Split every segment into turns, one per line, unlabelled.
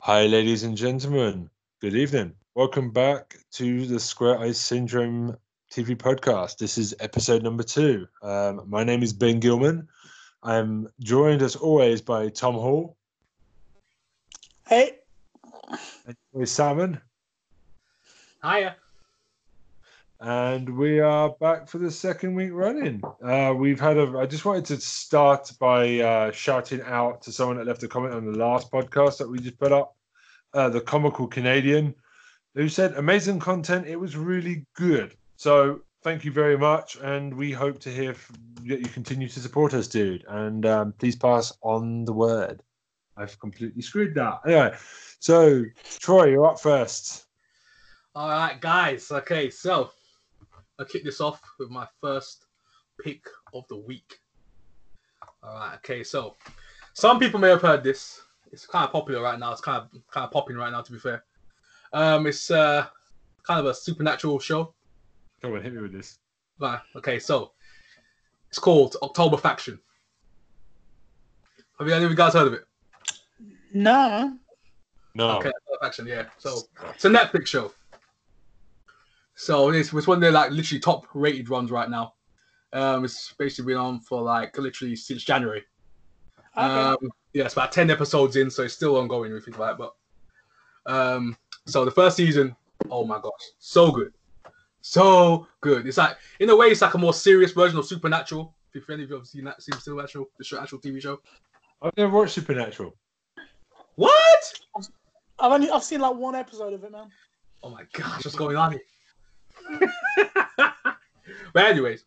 Hi, ladies and gentlemen. Good evening. Welcome back to the Square Ice Syndrome TV podcast. This is episode number two. Um, my name is Ben Gilman. I'm joined, as always, by Tom Hall,
Hey,
by Salmon,
Hiya.
and we are back for the second week running. Uh, we've had a. I just wanted to start by uh, shouting out to someone that left a comment on the last podcast that we just put up, uh, the comical Canadian, who said, "Amazing content. It was really good." So thank you very much, and we hope to hear f- that you continue to support us, dude. And um, please pass on the word. I've completely screwed that. Anyway, so Troy, you're up first.
All right, guys. Okay, so I'll kick this off with my first pick of the week. All right. Okay, so some people may have heard this. It's kind of popular right now. It's kind of kind of popping right now. To be fair, um, it's uh, kind of a supernatural show.
Come on, hit me with this.
Right. Okay, so it's called October Faction. Have you any of you guys heard of it?
no.
No.
Okay, October Faction. Yeah. So It's a Netflix show. So it's, it's one of their like literally top rated ones right now. Um, it's basically been on for like literally since January.
Okay.
Um, yeah, it's about 10 episodes in, so it's still ongoing if you think about it. But um, so the first season, oh my gosh, so good. So good. It's like, in a way, it's like a more serious version of Supernatural. If any of you have seen that, seen Supernatural, the show- actual TV show.
I've never watched Supernatural.
What?
I've only I've seen like one episode of it, man.
Oh my gosh, what's going on here? but anyways,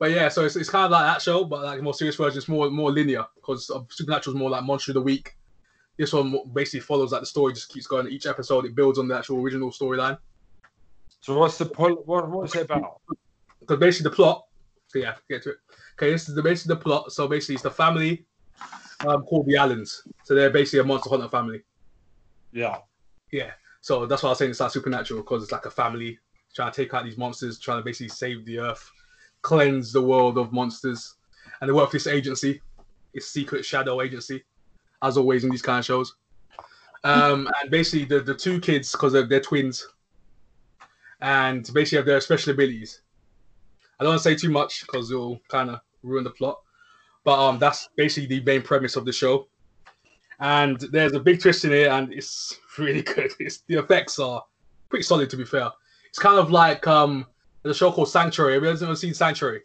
but yeah, so it's, it's kind of like that show, but like a more serious version. It's more more linear because Supernatural is more like Monster of the Week. This one mo- basically follows like the story just keeps going. Each episode it builds on the actual original storyline.
So what's the pol- what, what's it about?
because basically the plot. So yeah, get to it. Okay, this is the basically the plot. So basically, it's the family um, called the Allens. So they're basically a monster hunter family.
Yeah.
Yeah. So that's why I was saying it's like supernatural because it's like a family trying to take out these monsters, trying to basically save the earth, cleanse the world of monsters. And they work for this agency, it's secret shadow agency, as always in these kind of shows. Um, and basically, the, the two kids, because they're, they're twins, and basically have their special abilities. I don't want to say too much because it'll kind of ruin the plot, but um, that's basically the main premise of the show and there's a big twist in it, and it's really good. It's the effects are pretty solid, to be fair. It's kind of like um, there's a show called Sanctuary. Have you guys ever seen Sanctuary?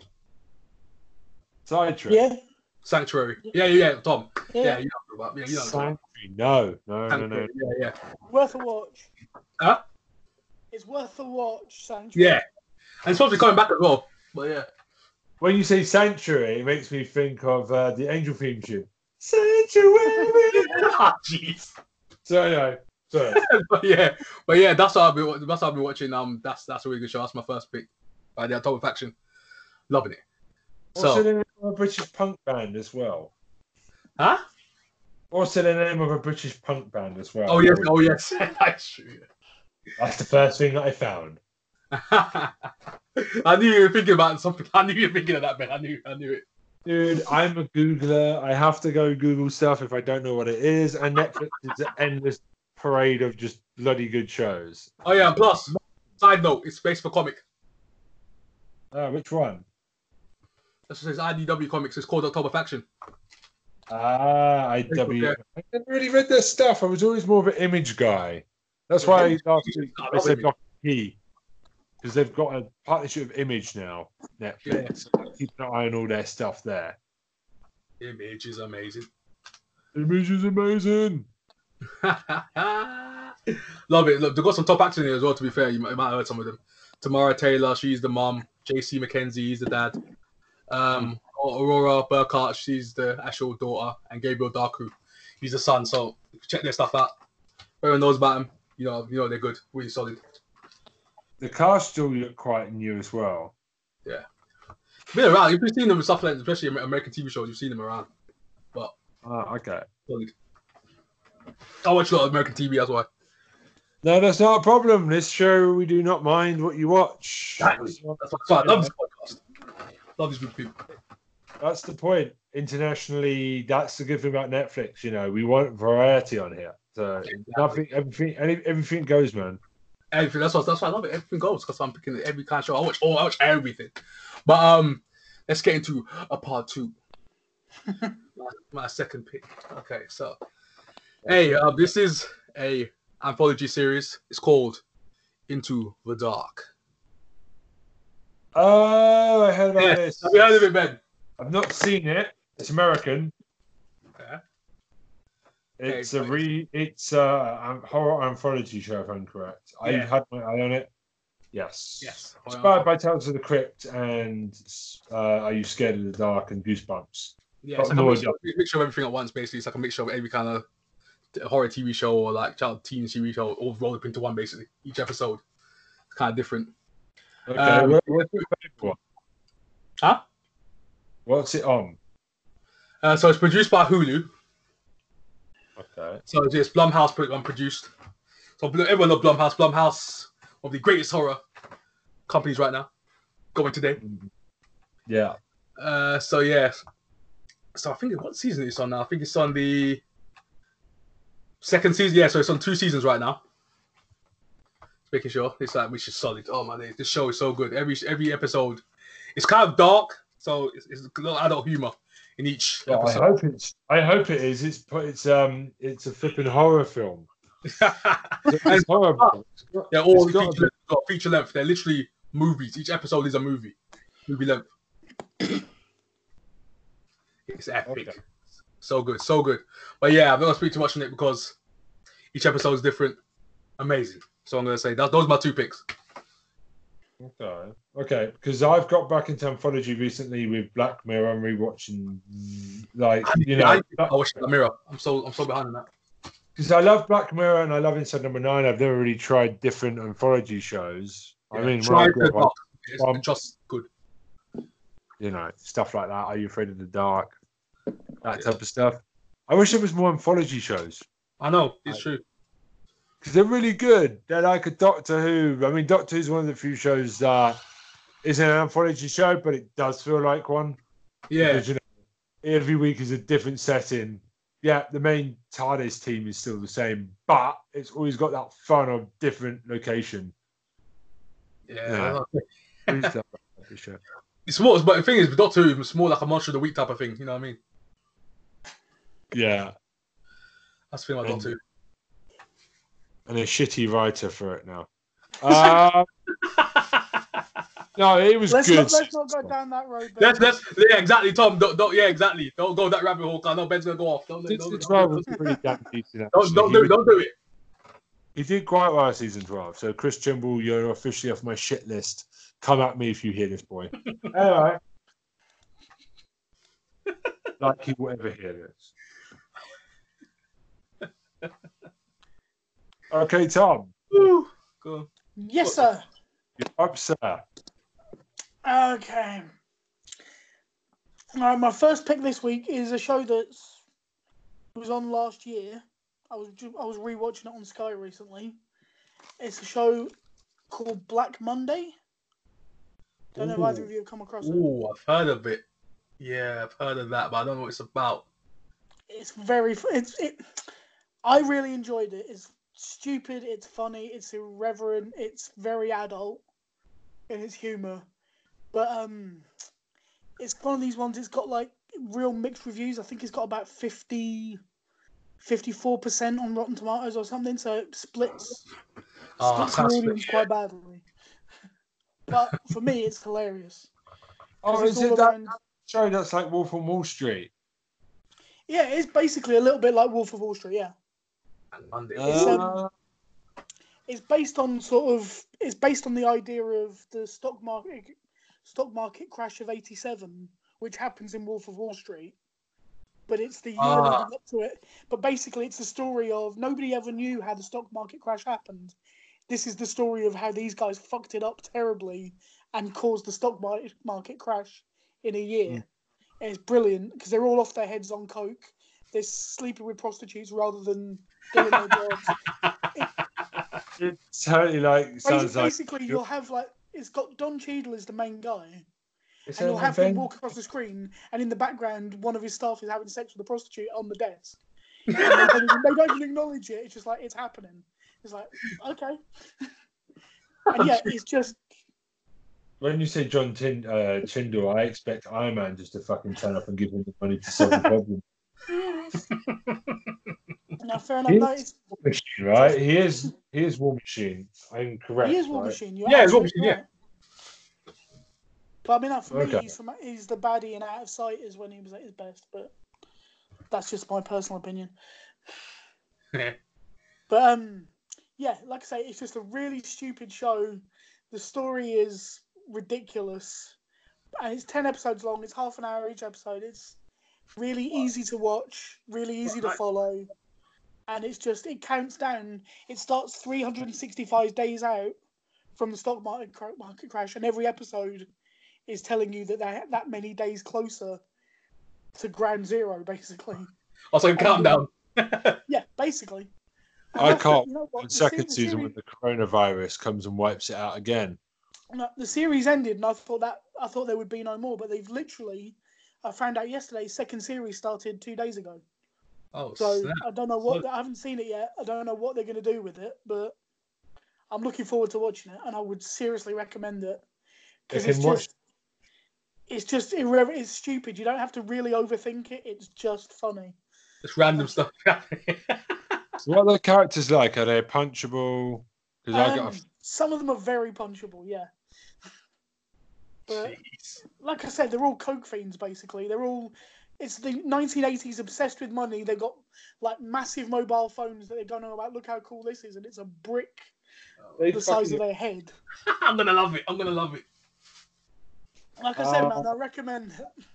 Side trip.
Yeah,
Sanctuary. Yeah, yeah, yeah. Tom.
yeah.
Yeah, you know what I'm talking about. Yeah, you know what I'm talking
Sanctuary. No, no,
about.
no, no.
Sanctuary. Yeah, yeah.
Worth a watch.
Huh?
It's worth a watch, Sanctuary.
Yeah. And it's supposed to be coming back as well. But yeah.
When you say sanctuary, it makes me think of uh, the angel theme tune. Sanctuary.
Ah, Jeez.
so anyway, sorry.
but yeah, but yeah, that's what I've been. wa- That's what I've been watching. Um, that's that's a really good show. That's my first pick. By the October faction, loving it.
Also,
So,
the name of a British punk band as well.
huh?
Also, the name of a British punk band as well.
Oh yes, oh yes. that's true.
That's the first thing that I found.
I knew you were thinking about something. I knew you were thinking of that, Ben. I knew, I knew it.
Dude, I'm a Googler. I have to go Google stuff if I don't know what it is. And Netflix is an endless parade of just bloody good shows.
Oh yeah, and plus, side note, it's based for comic.
Uh, which one?
That's what it says IDW Comics. It's called October Faction.
Ah, I W. I never really read their stuff. I was always more of an image guy. That's why last week
I
I
love
said
Image.
Dr. P because they've got a partnership of Image now. Netflix. I Keep an eye on all their stuff there.
Image is amazing.
Image is amazing.
Love it. Look, they've got some top actors in here as well. To be fair, you might, you might have heard some of them. Tamara Taylor, she's the mom. JC McKenzie, he's the dad. Um, Aurora Burkhart, she's the actual daughter, and Gabriel Darku, he's the son. So check their stuff out. Everyone knows about them. You know, you know they're good, really solid.
The cast still look quite new as well.
been around. You've seen them in stuff like, especially Amer- American TV shows. You've seen them around.
Ah, okay.
Solid. I watch a lot of American TV. That's why.
No, that's not a problem. This show, we do not mind what you watch.
Exactly. That's why. that's why I love this podcast. Love these good people.
That's the point. Internationally, that's the good thing about Netflix. You know, we want variety on here. So nothing, everything, any, everything goes, man.
Everything. That's why. That's why I love it. Everything goes because I'm picking every kind of show. I watch all. I watch everything. But um, let's get into a part two. my, my second pick. Okay, so hey, uh, this is a anthology series. It's called Into the Dark.
Oh, I heard about
Yeah,
this.
have you heard of it, Ben?
I've not seen it. It's American.
Yeah.
It's
Okay,
a
so
re. It's a um, horror anthology show, if I'm correct.
Yeah.
I had my eye on it. Yes.
Yes.
Inspired by Tales of the Crypt and uh, Are You Scared of the Dark and Goosebumps.
Yeah, it's
But
like a
more
mixture, mixture of everything at once. Basically, it's like a mixture of every kind of t- horror TV show or like child teen TV show, all rolled up into one. Basically, each episode it's kind of different.
Okay.
Um,
where- where's it available?
Huh?
What's it on?
Uh, so it's produced by Hulu.
Okay.
So it's Blumhouse put um, produced. So Bl- everyone love Blumhouse. Blumhouse, one of the greatest horror companies right now, going today.
Yeah.
Uh, so yeah. So I think what season it's on now? I think it's on the second season. Yeah, so it's on two seasons right now. Making sure it's like which is solid. Oh my days, this show is so good. Every every episode, it's kind of dark, so it's, it's a little adult humor in each
Well, I
episode.
hope it's. I hope it is. It's. put- It's. Um. It's a flipping horror film. It's,
And-
it's horrible.
They're all
It's gotta
feature,
be-
length, got feature length. They're literally movies. Each episode is a movie. Movie length. it's epic.
Okay.
So good, so good. But yeah, I'm not gonna speak too much on it because each episode is different. Amazing. So I'm gonna say that those are my two picks.
Okay. Okay. Because I've got back into anthology recently with Black Mirror. I'm rewatching, like you know,
I, I wish the mirror. I'm so I'm so behind on that.
because I love Black Mirror and I love Inside Number Nine. I've never really tried different anthology shows. I
Yeah.
mean, my
Try the
God,
dark. It's
Um,
just good.
you know, stuff like that. Are you afraid of the dark? That
Yeah.
type of stuff. I wish there was more anthology shows.
I know, it's
I-
true.
because they're really good. They're like a Doctor Who. I mean, Doctor Who's one of the few shows that isn't an anthology show, but it does feel like one.
Yeah.
Because, you know, every week is a different setting. Yeah, the main TARDIS team is still the same, but it's always got that fun of different location.
Yeah.
We used to have that type of show.
It's more but the thing is with Doctor Who, it's more like a monster of the week type of thing, you know what I mean?
yeah,
That's the thing about
And-
Doctor Who.
and a shitty writer for it now. Uh, no, it was
Let's
good.
not, let's not go down that road. Ben.
That's that's yeah, exactly, Tom. Don't, don't yeah, exactly. Don't go that rabbit hole. 'cause I know Ben's gonna go off. Don't
Season
don't, don't,
12
don't,
was pretty damn decent.
don't,
actually. He
do
was-
it. Don't do it.
He did quite well at season 12. So, Chris Trimble, you're officially off my shit list. Come at me if you hear this, boy. All right. like he will ever hear this. Okay, Tom,
Woo. Go. on.
Yes, sir.
you're up, sir.
Okay. All right, my first pick this week is a show that's was on last year. I was ju- I was rewatching it on Sky recently. It's a show called Black Monday. Don't know if either of you have come across it.
Ooh, I've heard of it. Yeah, I've heard of that, but I don't know what it's about.
It's very fu- it's it. I really enjoyed it. It's stupid. It's funny. It's irreverent. It's very adult in its humor, but um, it's one of these ones. It's got like real mixed reviews. I think it's got about 50, 54 percent on Rotten Tomatoes or something. So it splits
Oh,
splits the
that's
audience quite badly. But for me, it's hilarious. 'Cause
Oh,
it's
is it
all
that
around-
show that's like Wolf on Wall Street?
Yeah, it's basically a little bit like Wolf of Wall Street. Yeah.
and Monday.
It's, um,
Uh,
it's based on sort of it's based on the idea of the stock market stock market crash of 87 which happens in wolf of wall street but it's the year
Ah.
leading up to it but basically it's the story of nobody ever knew how the stock market crash happened this is the story of how these guys fucked it up terribly and caused the stock market market crash in a year
Mm.
and it's brilliant because they're all off their heads on coke they're sleeping with prostitutes rather than doing their jobs
it totally like sounds
Basically,
like.
basically you'll have like it's got Don Cheadle is the main guy,
Is
and
that
you'll
an
have him
event?
walk across the screen, and in the background, one of his staff is having sex with a prostitute on the desk, And they, don't even, they don't even acknowledge it. It's just like it's happening. It's like okay, and yeah, it's just
When you say John Tin uh, Chindle, I expect Iron Man just to fucking turn up and give him the money to solve the problem.
now fair enough.
Yes.
No, it's,
War Machine, right? He is he is War Machine. I'm correct.
he is War
right?
Machine. You're
Yeah, he's War
absolutely
Machine, yeah.
right. But I mean, like, for me,
Okay.
he's, from, he's the baddie and out of sight is when he was at his best. But that's just my personal opinion. But um, yeah, like I say, it's just a really stupid show. The story is ridiculous, and it's ten episodes long. It's half an hour each episode. It's really easy to watch, really easy to
Right.
follow, and it's just it counts down. It starts three hundred and sixty-five days out from the stock market cra- market crash, and every episode is telling you that they're that many days closer to ground zero, basically.
Also, like, countdown.
Yeah, basically.
I
that's it,
can't
you know what,
And
the
second
se- the
season when
series-
the coronavirus comes and wipes it out again.
No, the series ended, and I thought that I thought there would be no more, but they've literally. I found out yesterday. Second series started two days ago,
Oh,
so
snap.
I don't know what.
So-
I haven't seen it yet. I don't know what they're going to do with it, but I'm looking forward to watching it, and I would seriously recommend it because
They
it's
can watch-
just. It's just irreverent. It's stupid. You don't have to really overthink it. It's just funny.
Just random stuff.
So what are the characters like? Are they punchable? Because I got a
Um, some of them are very punchable. Yeah. But
Jeez.
like I said, they're all coke fiends basically. They're all it's the 1980s obsessed with money. They've got like massive mobile phones that they don't know about. Look how cool this is, and it's a brick the size of their head.
I'm gonna love it. I'm gonna love it.
Like I said,
Uh,
man, I recommend. it.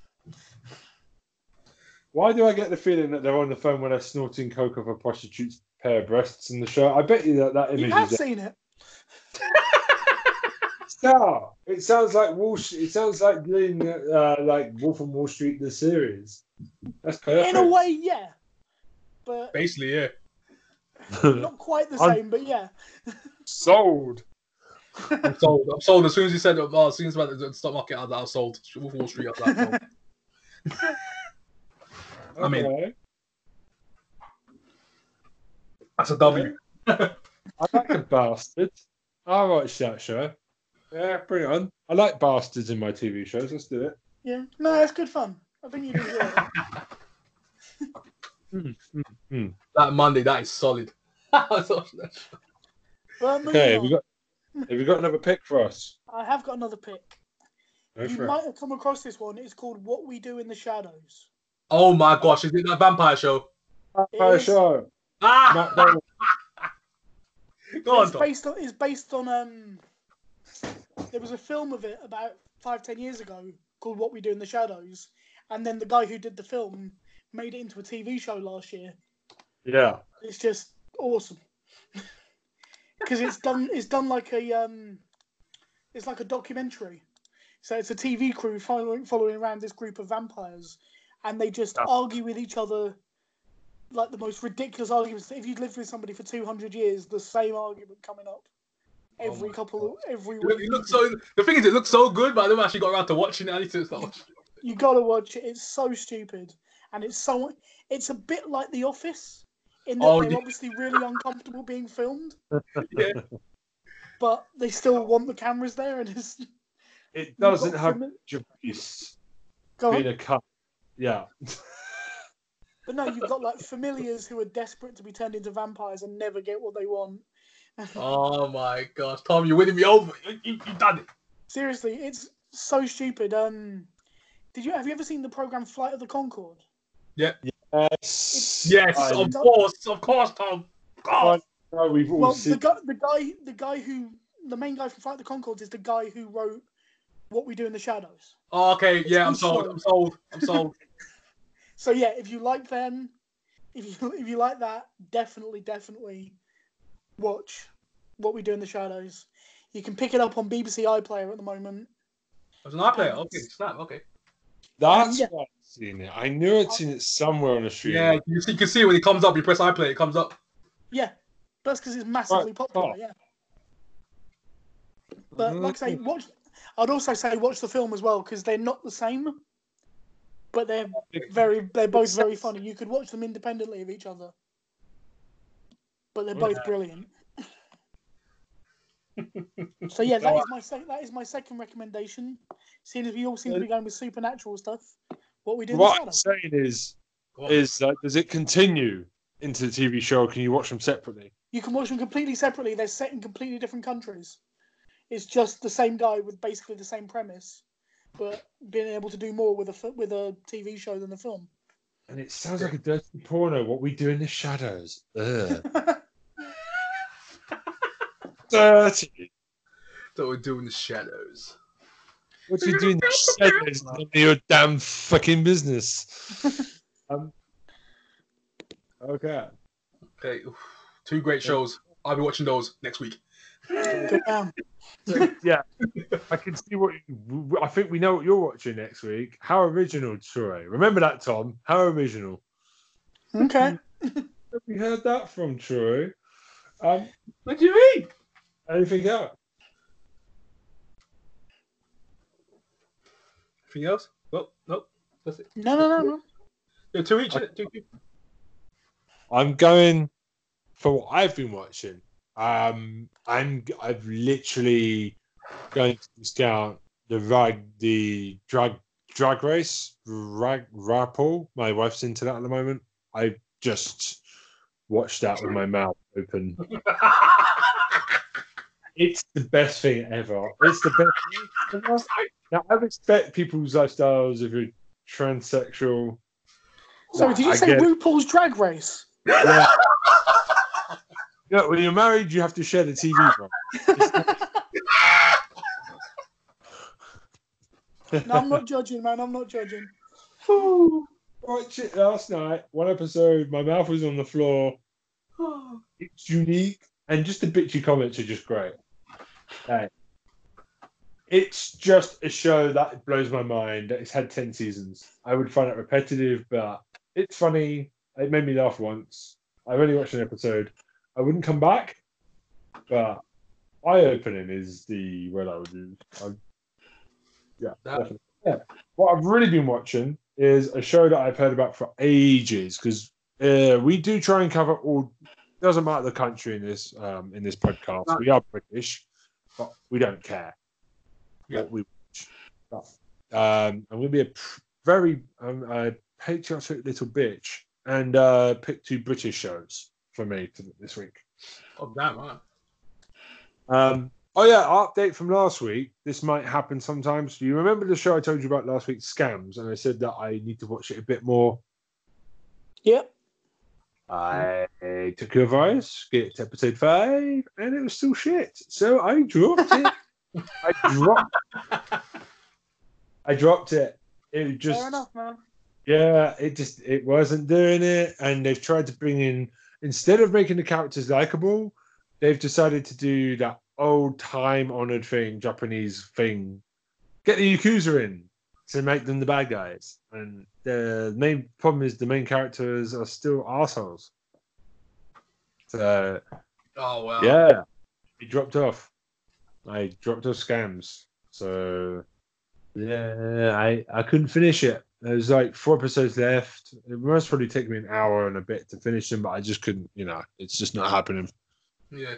Why do I get the feeling that they're on the phone when they're snorting coke off a prostitute's pair of breasts in the show? I bet you that that
You
image
have
is
seen it.
star. It sounds like Wall. Sh- It sounds like doing uh, like Wolf on Wall Street the series. That's perfect.
In a way, yeah, but
Basically, yeah.
not quite the
I'm-
same. But yeah,
Sold.
I'm sold. I'm sold. As soon as you said, oh, as soon as about the stock market, I was, I was sold. Wolf of Wall Street, I was like, sold. I mean-
Okay.
that's a W.
I like the bastards. I watch that show. Yeah, bring it on. I like bastards in my TV shows. Let's do it.
yeah, no, that's good fun. I think you do enjoy it.
That Monday, that is solid. I've
But moving
Okay,
on,
have you got? Have you got another pick for us?
I have got another pick.
Go
you
for it.
might have come across this one. It's called "What We Do in the Shadows."
Oh my gosh, is it that vampire show?
Vampire
is-
show.
Ah,
Matt Damon.
go on,
it's
Tom.
based on it's based on um there was a film of it about five ten years ago called what we do in the shadows and then the guy who did the film made it into a tv show last year
Yeah.
it's just awesome because it's done it's done like a um it's like a documentary so it's a tv crew following following around this group of vampires and they just
Ah.
Yeah.
argue with each other like the most ridiculous arguments if you'd lived with somebody for 200 years the same argument coming up
Oh
every
my
couple every
It look-
week
it looks so. The thing is, it looks so good, but I never actually got around to watching it. I need to start watching.
you gotta watch it it's so stupid and it's so it's a bit like the office in that
Oh,
they're
yeah.
obviously really uncomfortable being filmed
Yeah.
but they still want the cameras there and it's
It
You've
doesn't
got Oh.
have
fami-
Japanese
go
being
on.
a cut. Yeah.
but no you've got like familiars who are desperate to be turned into vampires and never get what they want
Oh my gosh, Tom, you're winning me over. You, you, you done it.
seriously it's so stupid um did you have you ever seen the program flight of the concorde
Yes.
Yes,
I
of
know.
course, of course, Tom. God.
know we've all
well the
seen.
guy the guy the guy who the main guy from flight of the concorde is the guy who wrote what we do in the shadows
Oh, okay, yeah, I'm
It's
sold. I'm sold. I'm sold.
So yeah, if you like them, if you if you like that, definitely definitely watch what we do in the shadows. You can pick it up on BBC iPlayer at the moment.
There's an iPlayer. Okay, snap. Okay.
That's
Yeah.
why I've seen it. I knew I'd seen it somewhere on a stream.
Yeah, you, see, you can see when it comes up. You press iPlayer, it comes up.
Yeah, that's because it's massively
Right,
popular.
oh.
Yeah,
Mm-hmm.
but like I say, watch. I'd also say watch the film as well because they're not the same, but they're very they're both very funny. You could watch them independently of each other, but they're both
Okay.
brilliant. so yeah, that is my sec- that is my second recommendation. Seeing as we all seem to be going with supernatural stuff, what we do in the
What I'm
shadow?
saying is,
Go on.
is that does it continue into the TV show? Or can you watch them separately?
You can watch them completely separately. They're set in completely different countries. It's just the same guy with basically the same premise, but being able to do more with a fi- with a TV show than a film.
And it sounds like a dirty porno. What we do in the shadows? Ugh. dirty.
that we're doing the shadows.
What you doing? Shadows none of your damn fucking business. um, okay.
Okay, oof. two great shows. I'll be watching those next week.
Good man.
yeah, I can see what you, I think we know what you're watching next week. How original, Troy. Remember that, Tom. How original.
Okay.
Have we heard that from Troy? Um,
What do you mean?
anything else?
Anything else? Nope, nope. That's it.
No, no, no, no.
Yeah, two each. innit? Two, two.
I'm going for what I've been watching. Um, I'm I've literally going to discount the rag the drag drag race rag rappel. My wife's into that at the moment. I just watched that with my mouth open.
Oh,
It's the best thing ever. It's the best thing ever. Now I respect people's lifestyles if you're transsexual.
Sorry, did you
I
say
get-
RuPaul's Drag Race?
Yeah. yeah, when you're married, you have to share the TV. Bro.
No, I'm not judging, man. I'm not judging.
Watch it last night. One episode, my mouth was on the floor. It's unique, and just the bitchy comments are just great. Like, it's just a show that blows my mind. It's had ten seasons. I would find it repetitive, but it's funny. It made me laugh once. I've only watched an episode. I wouldn't come back, but eye opening is the word I would use. I, yeah,
That-
definitely. yeah. What I've really been watching is a show that I've heard about for ages because uh, we do try and cover all. Doesn't matter the country in this um, in this podcast.
No.
We are British, but we don't care
Yeah.
what we watch. But, um, I'm going to be a pr- very um, a patriotic little bitch and uh, pick two British shows for me to, this week.
Oh, damn, huh?
Um, oh yeah, update from last week. This might happen sometimes. Do you remember the show I told you about last week, Scams? And I said that I need to watch it a bit more.
Yep.
I took your advice, get episode five, and it was still shit. So I dropped it. I dropped. I dropped it. It just.
Fair enough, man.
Yeah, it just it wasn't doing it, and they've tried to bring in instead of making the characters likable, they've decided to do that old time honored thing, Japanese thing. Get the yakuza in to make them the bad guys, and the main problem is the main characters are still assholes. So
Oh, wow.
yeah, it dropped off. I dropped off scams. So yeah, I I couldn't finish it. There's like four episodes left. It must probably take me an hour and a bit to finish them, but I just couldn't. You know, it's just not happening.
Yeah.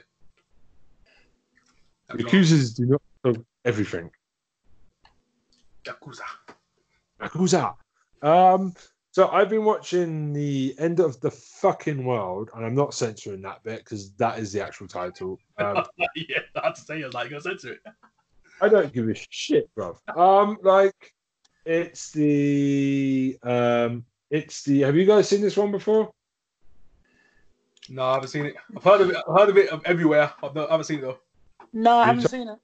Yakuza's do not solve everything.
Yakuza.
Yakuza. Um, so I've been watching the end of the fucking world, and I'm not censoring that bit because that is the actual title. Um,
yeah, that's the thing. I was like, go censor it.
I don't give a shit, bro. Um, like it's the um, it's the. Have you guys seen this one before?
No, I haven't seen it. I've heard of it. I've heard of it of everywhere. I've not, I haven't seen it though.
No, I
You
haven't seen it.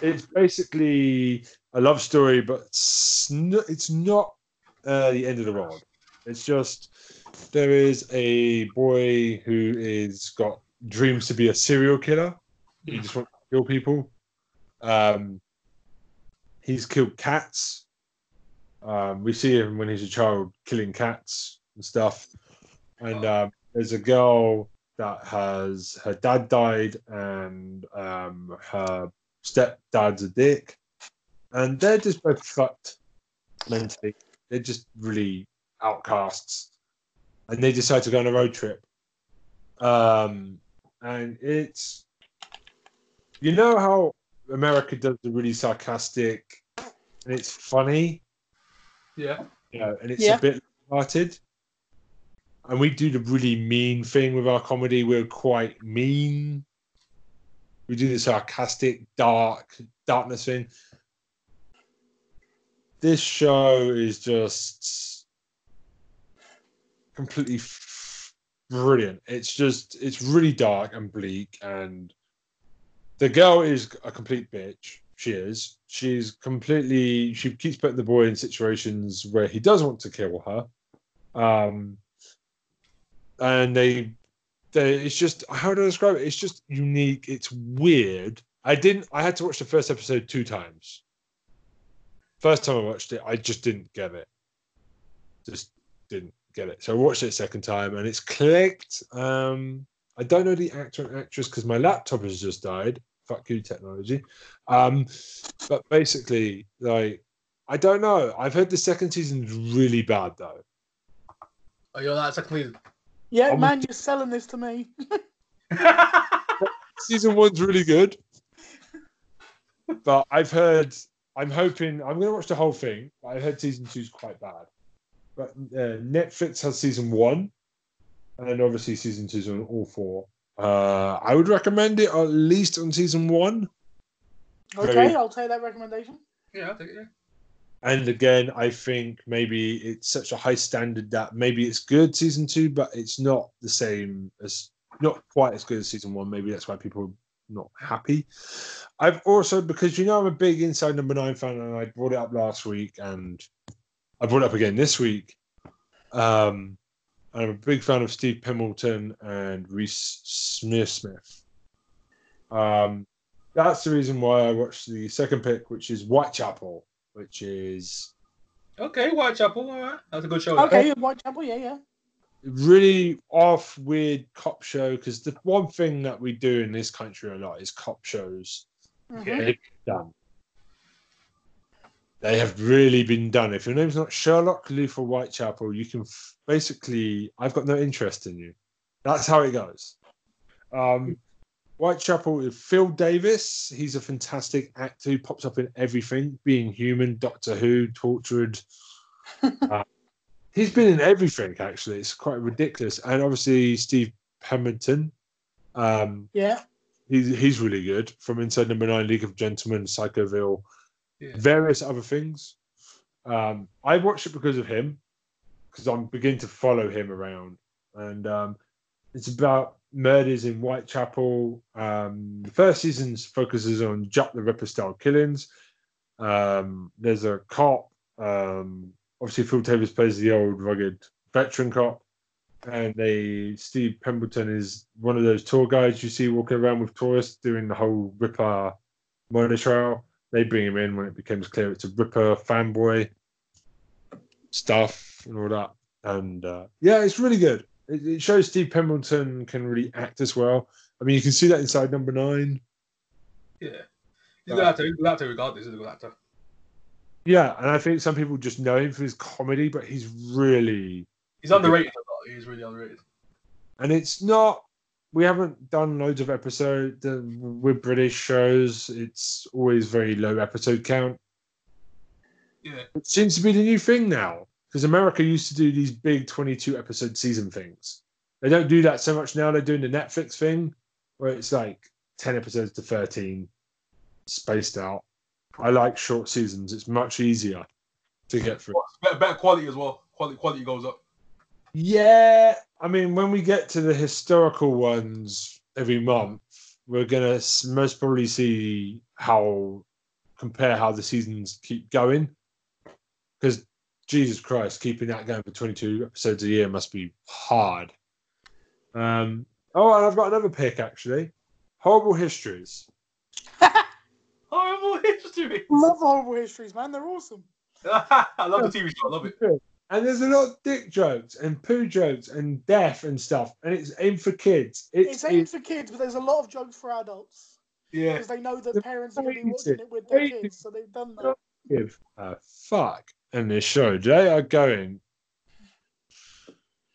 It's basically a love story, but it's n- it's not uh, the end of the world. It's just there is a boy who is got dreams to be a serial killer. He just wants to kill people. Um, he's killed cats. Um, we see him when he's a child killing cats and stuff. And um, there's a girl that has her dad died and um, her stepdad's a dick, and they're just both fucked mentally They're just really outcasts, and they decide to go on a road trip. Um, and it's you know how America does the really sarcastic, and it's funny,
Yeah.
you know, and it's
Yeah.
a bit hearted. And we do the really mean thing with our comedy. We're quite mean. We do the sarcastic, dark, darkness thing. This show is just completely f- brilliant. It's just, it's really dark and bleak. And the girl is a complete bitch. She is. She's completely, she keeps putting the boy in situations where he does want to kill her. Um, and they, they, it's just, how do I describe it? It's just unique. It's weird. I didn't, I had to watch the first episode two times. First time I watched it, I just didn't get it. Just didn't get it. So I watched it a second time and it's clicked. Um, I don't know the actor and actress because my laptop has just died. Fuck you, technology. Um, but basically, like, I don't know. I've heard the second season's really bad though.
Oh, yo, that's actually.
Yeah,
I'm-
man, you're selling this to me.
Season one's really good, but I've heard. I'm hoping I'm going to watch the whole thing. But I heard season two's quite bad. But uh, Netflix has season one, and then obviously season two's on all four. Uh, I would recommend it at least on season one.
Okay,
Very-
I'll take that recommendation.
yeah, I think, yeah.
And again, I think maybe it's such a high standard that maybe it's good season two, but it's not the same as not quite as good as season one. Maybe that's why people are not happy. I've also because you know I'm a big Inside Number Nine fan, and I brought it up last week, and I brought it up again this week. Um, I'm a big fan of Steve Pemberton and Reese Smith Smith. Um, that's the reason why I watched the second pick, which is Whitechapel which is
Okay, Whitechapel. All right. That's a good show.
Okay, Whitechapel, yeah, yeah.
really off weird cop show because the one thing that we do in this country a lot is cop shows
Mhm.
Yeah.
They've been done. They have really been done. If your name's not Sherlock Luther Whitechapel, you can f- basically, I've got no interest in you. That's how it goes. Um, Whitechapel is Phil Davis. He's a fantastic actor who pops up in everything Being Human, Doctor Who, Tortured. Uh, he's been in everything, actually. It's quite ridiculous. And obviously, Steve Pemberton. Um,
Yeah.
he's he's really good from Inside Number Nine, League of Gentlemen, Psychoville,
Yeah.
various other things. Um, I watched it because of him, because I'm beginning to follow him around, and um, it's about murders in Whitechapel. Um, the first season focuses on Jack the Ripper style killings. Um, there's a cop. Um, obviously, Phil Davis plays the old rugged veteran cop and they Steve Pemberton is one of those tour guides you see walking around with tourists doing the whole Ripper murder trial. They bring him in when it becomes clear it's a Ripper fanboy stuff and all that. And uh, yeah, it's really good. It, it shows Steve Pemberton can really act as well. I mean, you can see that inside number nine.
Yeah. He's a good actor. He's a good actor regardless. He's a good actor.
Yeah, and I think some people just know him for his comedy, but he's really
He's underrated. a lot. He's really underrated.
and it's not we haven't done loads of episodes with british shows it's always very low episode count
Yeah.
it seems to be the new thing now because america used to do these big 22 episode season things they don't do that so much now they're doing the netflix thing where it's like 10 episodes to 13 spaced out i like short seasons it's much easier to get through
Better, better quality as well. Quality, quality goes up.
Yeah, I mean, when we get to the historical ones every month, we're gonna s- most probably see how compare how the seasons keep going. Because Jesus Christ, keeping that going for twenty-two episodes a year must be hard. Um. Oh, and I've got another pick actually. Horrible Histories.
Horrible history.
Love horrible histories, man. They're awesome.
I love the TV show. I love it.
And there's a lot of dick jokes and poo jokes and death and stuff, and it's aimed for kids. It's,
It's aimed for kids, but there's a lot of jokes for adults
Yeah.
because they know that
The
parents are going to be
crazy-
watching it with their
crazy-
kids, so they've done that.
give a fuck. in this show. They are going.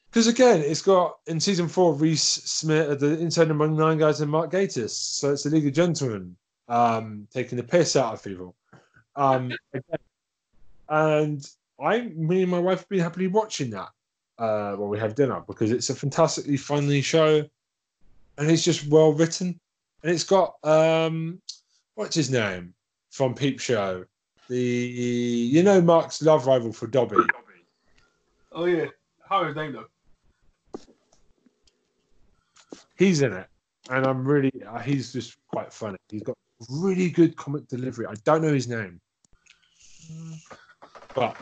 Because again, it's got in season four Reese Smith, the inside among nine guys, and Mark Gatiss. So it's the League of Gentlemen um, taking the piss out of people. Um, again. and I, me and my wife have been happily watching that uh, while we have dinner because it's a fantastically funny show, and it's just well written, and it's got um, what's his name from Peep Show, the you know Mark's love rival for Dobby.
Oh yeah, Harry's name though.
He's in it, and I'm really uh, he's just quite funny. He's got really good comic delivery. I don't know his name, but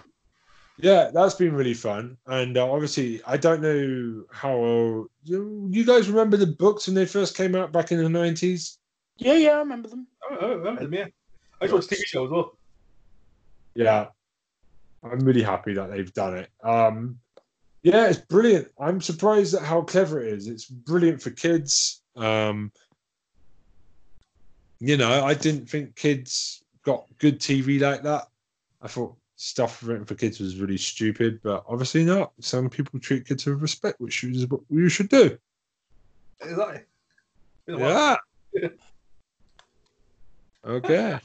yeah, that's been really fun. And uh, obviously, I don't know how you you guys remember the books when they first came out back in the nineties.
Yeah, yeah, I remember them.
I don't know, I remember them, yeah. I just watched TV show as well.
yeah i'm really happy that they've done it um yeah it's brilliant i'm surprised at how clever it is it's brilliant for kids um you know i didn't think kids got good tv like that i thought stuff written for kids was really stupid but obviously not some people treat kids with respect which is what you should do
Exactly. Been a while.
yeah okay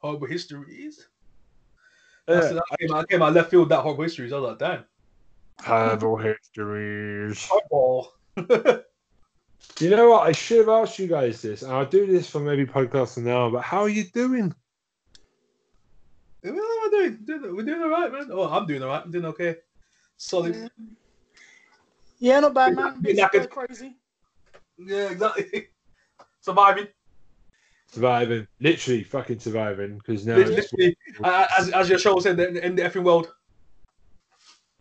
Horrible histories. That's,
yeah.
that came, out- came out left field. That horrible histories. I was like, damn.
Herbal histories
Hardball.
You know what? I should have asked you guys this, and I'll do this for maybe podcast an hour. But how are you doing?
We're doing, doing- we're doing all right, man. Oh, I'm doing all right. I'm doing okay. Solid.
Yeah. Yeah, not bad, man.
You're
It's
knackered.
quite crazy.
Yeah, exactly. Surviving.
Surviving, literally fucking surviving. Because now,
Literally,
it's,
literally, uh, as, as your show said, in, in the effing world,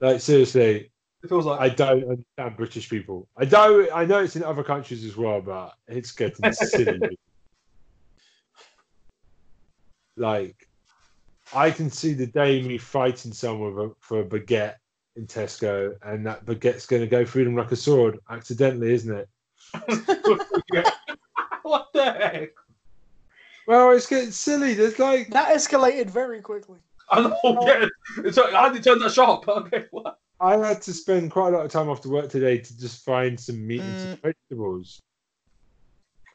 like seriously,
it feels like.
I don't understand British people. I don't. I know it's in other countries as well, but it's getting silly. Like, I can see the day me fighting someone for- for a baguette in Tesco, and that baguette's going to go through them like a sword, accidentally, isn't it?
what the heck?
Well, it's getting silly. There's like
That escalated very quickly.
I don't get it. So, How did you turn that sharp? Okay, what?
I had to spend quite a lot of time after work today to just find some meat and some vegetables.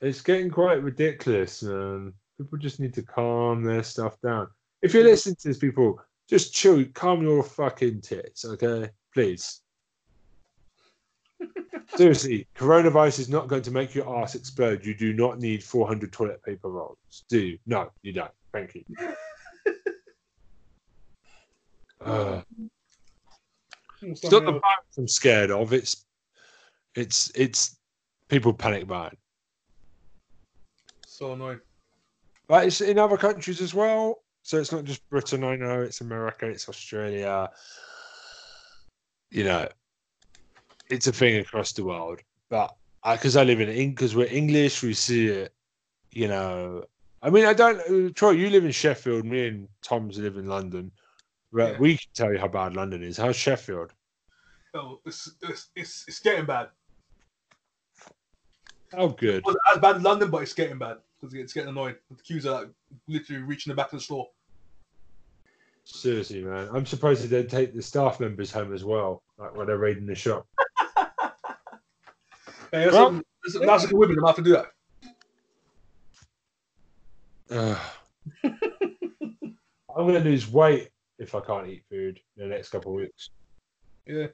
It's getting quite ridiculous, man. People just need to calm their stuff down. If you're listening to this, people, just chill, calm your fucking tits, okay? Please. Seriously, coronavirus is not going to make your ass explode. You do not need 400 toilet paper rolls. Do you? No, you don't. Thank you. Uh, it's not the virus I'm scared of. It's it's it's people panic buying.
so annoying.
But it's in other countries as well. So it's not just Britain. I know it's America. It's Australia. You know, it's a thing across the world. But because I live in England, because we're English, we see it. You know, I mean, I don't. uh, Troy, you live in Sheffield. Me and Tom's live in London. But
Yeah.
we can tell you how bad London is. How's Sheffield?
Oh, it's, it's, it's, it's getting bad.
Oh, good.
It wasn't as bad as London, but it's getting bad. It's, it's getting annoying. The queues are like, literally reaching the back of the store.
Seriously, man. I'm surprised they don't take the staff members home as well, like when they're raiding the shop.
Hey, that's,
Well-
well, that's, that's like women. I'm have to do that.
Ugh. I'm going to lose weight if I can't eat food in the next couple of weeks.
Yeah.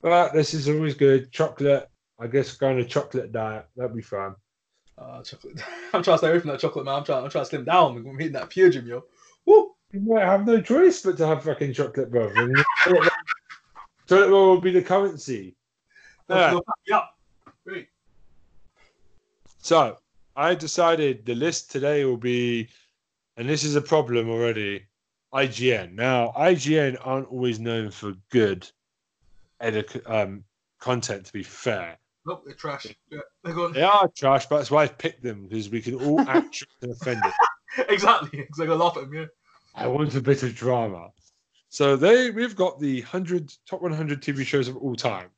But this is always good. Chocolate. I guess go on a chocolate diet. That'd be fun.
Uh, chocolate. I'm trying to stay away from that chocolate, man. I'm trying. I'm trying to slim down. I'm hitting that pure gym, yo. Woo!
You might have no choice but to have fucking chocolate, bro. chocolate bar will be the currency. Yeah.
Yeah. Great.
So I decided the list today will be, and this is a problem already, IGN. Now, IGN aren't always known for good edic- um, content, to be fair.
Nope, they're trash. Yeah, they're gone.
They are trash, but that's why I picked them because we can all act and offended.
Exactly. Because I got to laugh at them. Yeah.
I want a bit of drama. So they we've got the hundred top one hundred TV shows of all time.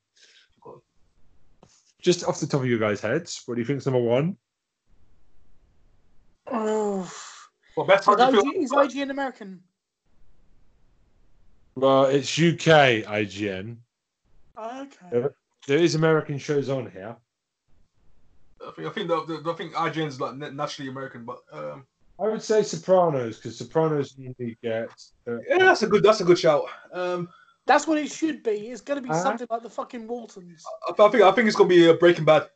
Just off the top of your guys' heads, what do you think's number one?
Oh.
Well, best
Is
time to
IG
feel.
is IGN American?
Well, it's UK IGN.
Okay.
Yeah. There is American shows on here.
I think I think the, the, I think IGN's like na- naturally American, but um,
I would say Sopranos because Sopranos usually gets. Uh,
yeah, that's a good that's a good shout. Um,
That's what it should be. It's going to be
Uh-huh.
something like the fucking Waltons.
I, I think I think it's gonna be uh, Breaking Bad.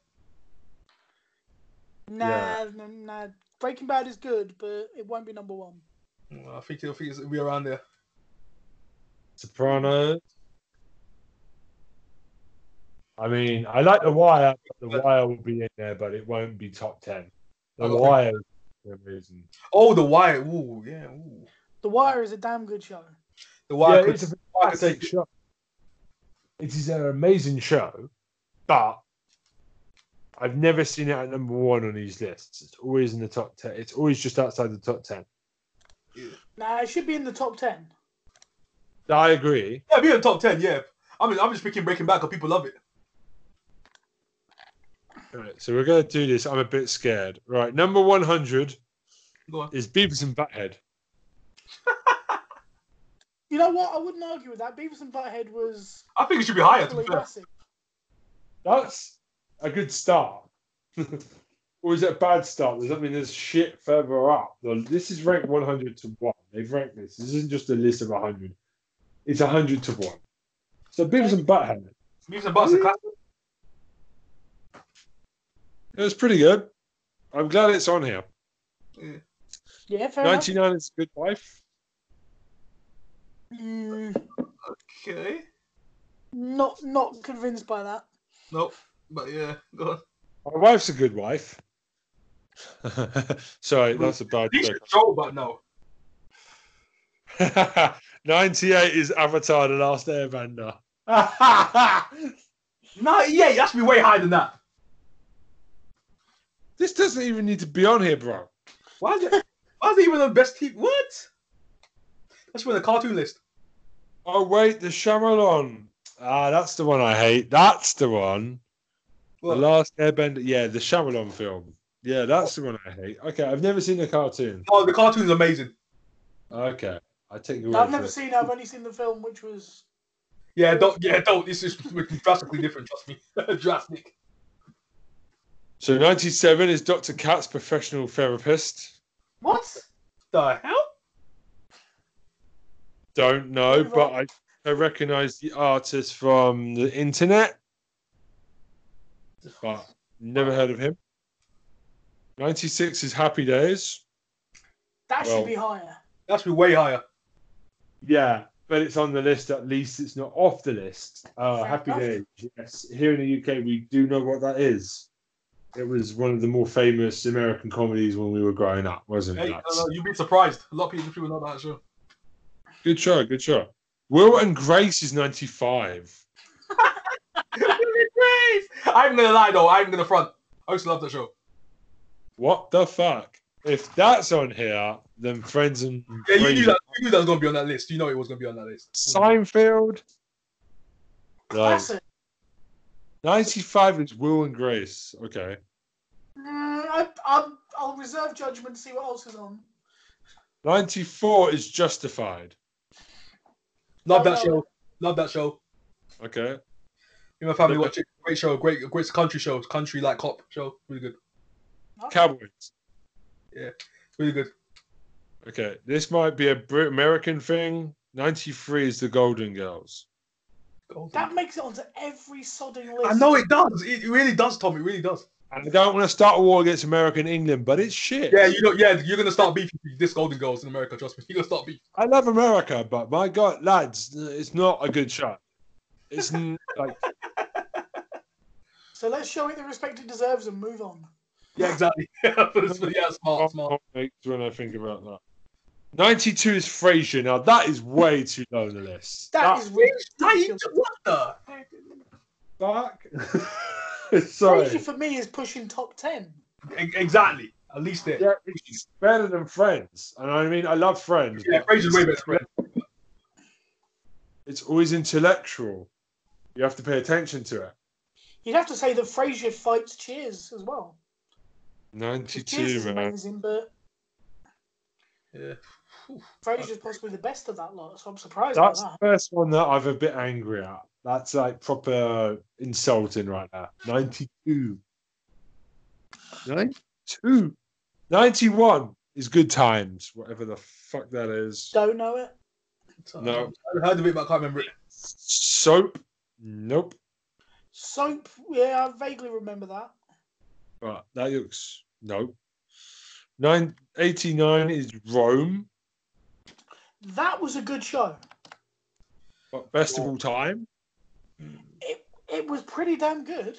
Nah,
Yeah.
nah, nah. Breaking Bad is good, but it won't be number one.
Mm, I think I think it's, it'll be around there.
Sopranos. I mean, I like The Wire. But the Wire will be in there, but it won't be top ten.
I
The
don't
Wire is amazing.
Oh, The Wire. Ooh, yeah. Ooh.
The Wire is a damn good show.
The Wire.
yeah,
could-
it's a
I could
fantastic
take-
show. It is an amazing show, but I've never seen it at number one on these lists. It's always in the top ten. It's always just outside the top ten.
Nah, it should be in the top ten.
I agree.
yeah, be in the top ten. Yeah. I mean, I'm just picking Breaking Bad because people love it.
Right, so we're gonna do this. I'm a bit scared. Right, number one hundred
Go on.
is Beavis and Butthead.
You know what? I wouldn't argue with that. Beavis and Butthead was
I think it should be higher. To be
equally
fair.
massive.
That's a good start. or is it a bad start? Does that mean there's shit further up? No, This is ranked 100 to 1. They've ranked this. This isn't just a list of 100, it's 100 to 1. So Beavis and Butthead,
Beavis and Butt's a classic.
it was pretty good. I'm glad it's on here.
Yeah, fair enough.
99 is a good wife.
Mm,
Okay.
not not convinced by that.
Nope. But yeah, go on.
My wife's a good wife. Sorry, that's a bad
These should troll, but no.
joke. 98 is Avatar The Last Airbender.
No, yeah, that should be way higher than that.
This doesn't even need to be on here, bro.
Why is it? Why is it even on the best TV? What? That's on the cartoon list.
Oh wait, the Shyamalan. Ah, that's the one I hate. That's the one.
What?
The Last Airbender. Yeah, the Shyamalan film. Yeah, that's the one I hate. Okay, I've never seen the cartoon.
Oh, the cartoon's amazing.
Okay, I take you.
No, I've never seen it. I've only seen the film, which was
Yeah, don't. Yeah, don't. This is drastically different. Trust me, drastic.
So ninety-seven is Doctor Katz, professional therapist.
what?
The hell?
Don't know, but I, I recognize the artist from the internet, but never heard of him. Ninety-six is Happy Days.
That
Well-
should be higher.
That should be way higher.
Yeah, but it's on the list. At least it's not off the list. Uh,
Fair
Happy
enough.
Days. Yes, here in the UK, we do know what that is. It was one of the more famous American comedies when we were growing up, wasn't
Hey,
it?
no,
lads?
no, you'd be surprised. A lot of people people know that show.
Good show. Good show. Will and Grace is ninety-five.
I'm gonna lie though. I'm gonna front. I used to love that show.
What the fuck? If that's on here, then Friends and
Yeah, you knew
Brains-
that. You knew that was gonna be on that list. You know it was gonna be on that list.
Seinfeld. No.
Classic.
Ninety-five is Will and Grace. Okay.
Mm, I, I'm, I'll reserve judgment to see what else is on.
Ninety-four is Justified.
Love that show. Love that show.
Okay.
Me and my family watch it. Great show. Great, great country show. Country like cop show. Really good.
Cowboys.
Really good.
Okay, this might be a Brit American thing. 93 is the Golden Girls.
That makes it onto every sodding list.
I know it does. It really does, Tom. It really does.
And I don't want to start a war against America and England, but it's shit.
Yeah, you know. Yeah, you're gonna start beefing this Golden Girls in America. Trust me, you're gonna start beefing.
I love America, but my God, lads, it's not a good shot. It's n- like,
So let's show it the respect it deserves and move on.
Yeah, exactly. yeah, smart, smart.
when I think about that. 92 is Frasier. Now, that is way too low on the list.
Ah,
that is really
What the?
fuck. Sorry.
Frasier for me is pushing top ten.
E- Exactly. At least there. Yeah,
Yeah, it's better than Friends. And I mean, I love Friends. but
Fraser's way better. than Friends.
It's always intellectual. You have to pay attention to it.
You'd have to say that Frasier fights Cheers as well. Cheers
92,
is
man.
amazing, but
Yeah. Oof.
Freddy's is possibly the best of that lot, so I'm surprised
That's
by
the first one that I've a bit angry at. That's like proper insulting right now. 92. 92. 91 is good times, whatever the fuck that is.
that. Don't know it.
No.
um, I heard of it, but I can't remember it.
Soap? Nope.
Soap, yeah, I vaguely remember that.
Right, that looks. Nope. Nine, 89 is Rome,
That was a good show.
but best of all time.
It it was pretty damn good.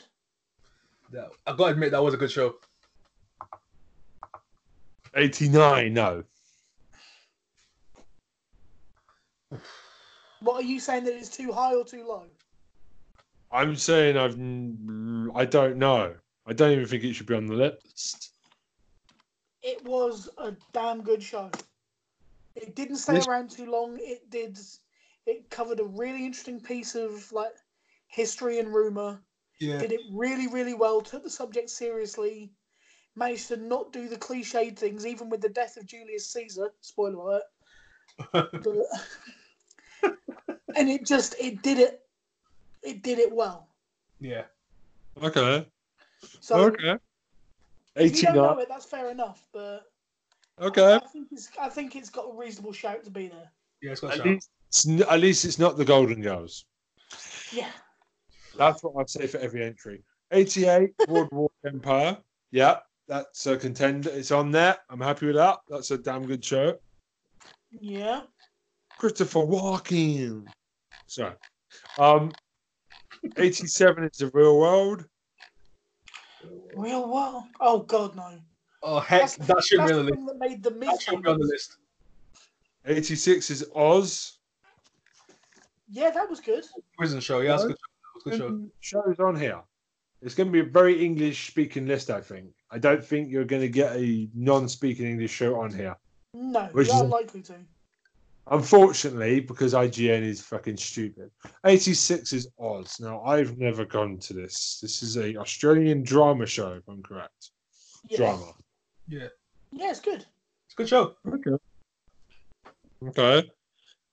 That- I gotta admit, that was a good show.
89, no.
What are you saying that it's too high or too low?
I'm saying I've. n- I don't know. I don't even think it should be on the list.
It was a damn good show. It didn't stay
This-
around too long. It did. It covered a really interesting piece of like history and rumor.
Yeah.
Did it really really well. Took the subject seriously. Managed to not do the cliched things, even with the death of Julius Caesar. Spoiler alert. But- and it just it did it. It did it well.
Yeah.
Okay.
So
okay.
if you
89.
don't know it, that's fair enough. But
okay.
I think it's I think it's got a reasonable shout to be there.
Yeah, it's got a
At
shout.
least, it's, n- at least it's not the Golden Girls.
Yeah.
That's what I'd say for every entry. 88, World War Empire. Yeah, that's a contender. It's on there. I'm happy with that. That's a damn good show.
Yeah.
Christopher Walken. Sorry. Um, 87 is The Real World.
Real world. Oh god, no.
Oh heck,
the-
that should
that's
be on the
the
list.
thing that made the
That should be on the
myth.
list.
86 is Oz.
Yeah, that was good.
Prison show. Yeah, that's a good show. That's a good show.
shows on here. It's going to be a very English speaking list, I think. I don't think you're going to get a non speaking English show on here.
No,
Which
you're
is-
unlikely to.
Unfortunately, because IGN is fucking stupid. 86 is Oz. Now, I've never gone to this. This is a Australian drama show, if I'm correct.
Yeah.
Drama.
Yeah.
Yeah, it's good.
It's a good show.
Okay. Okay.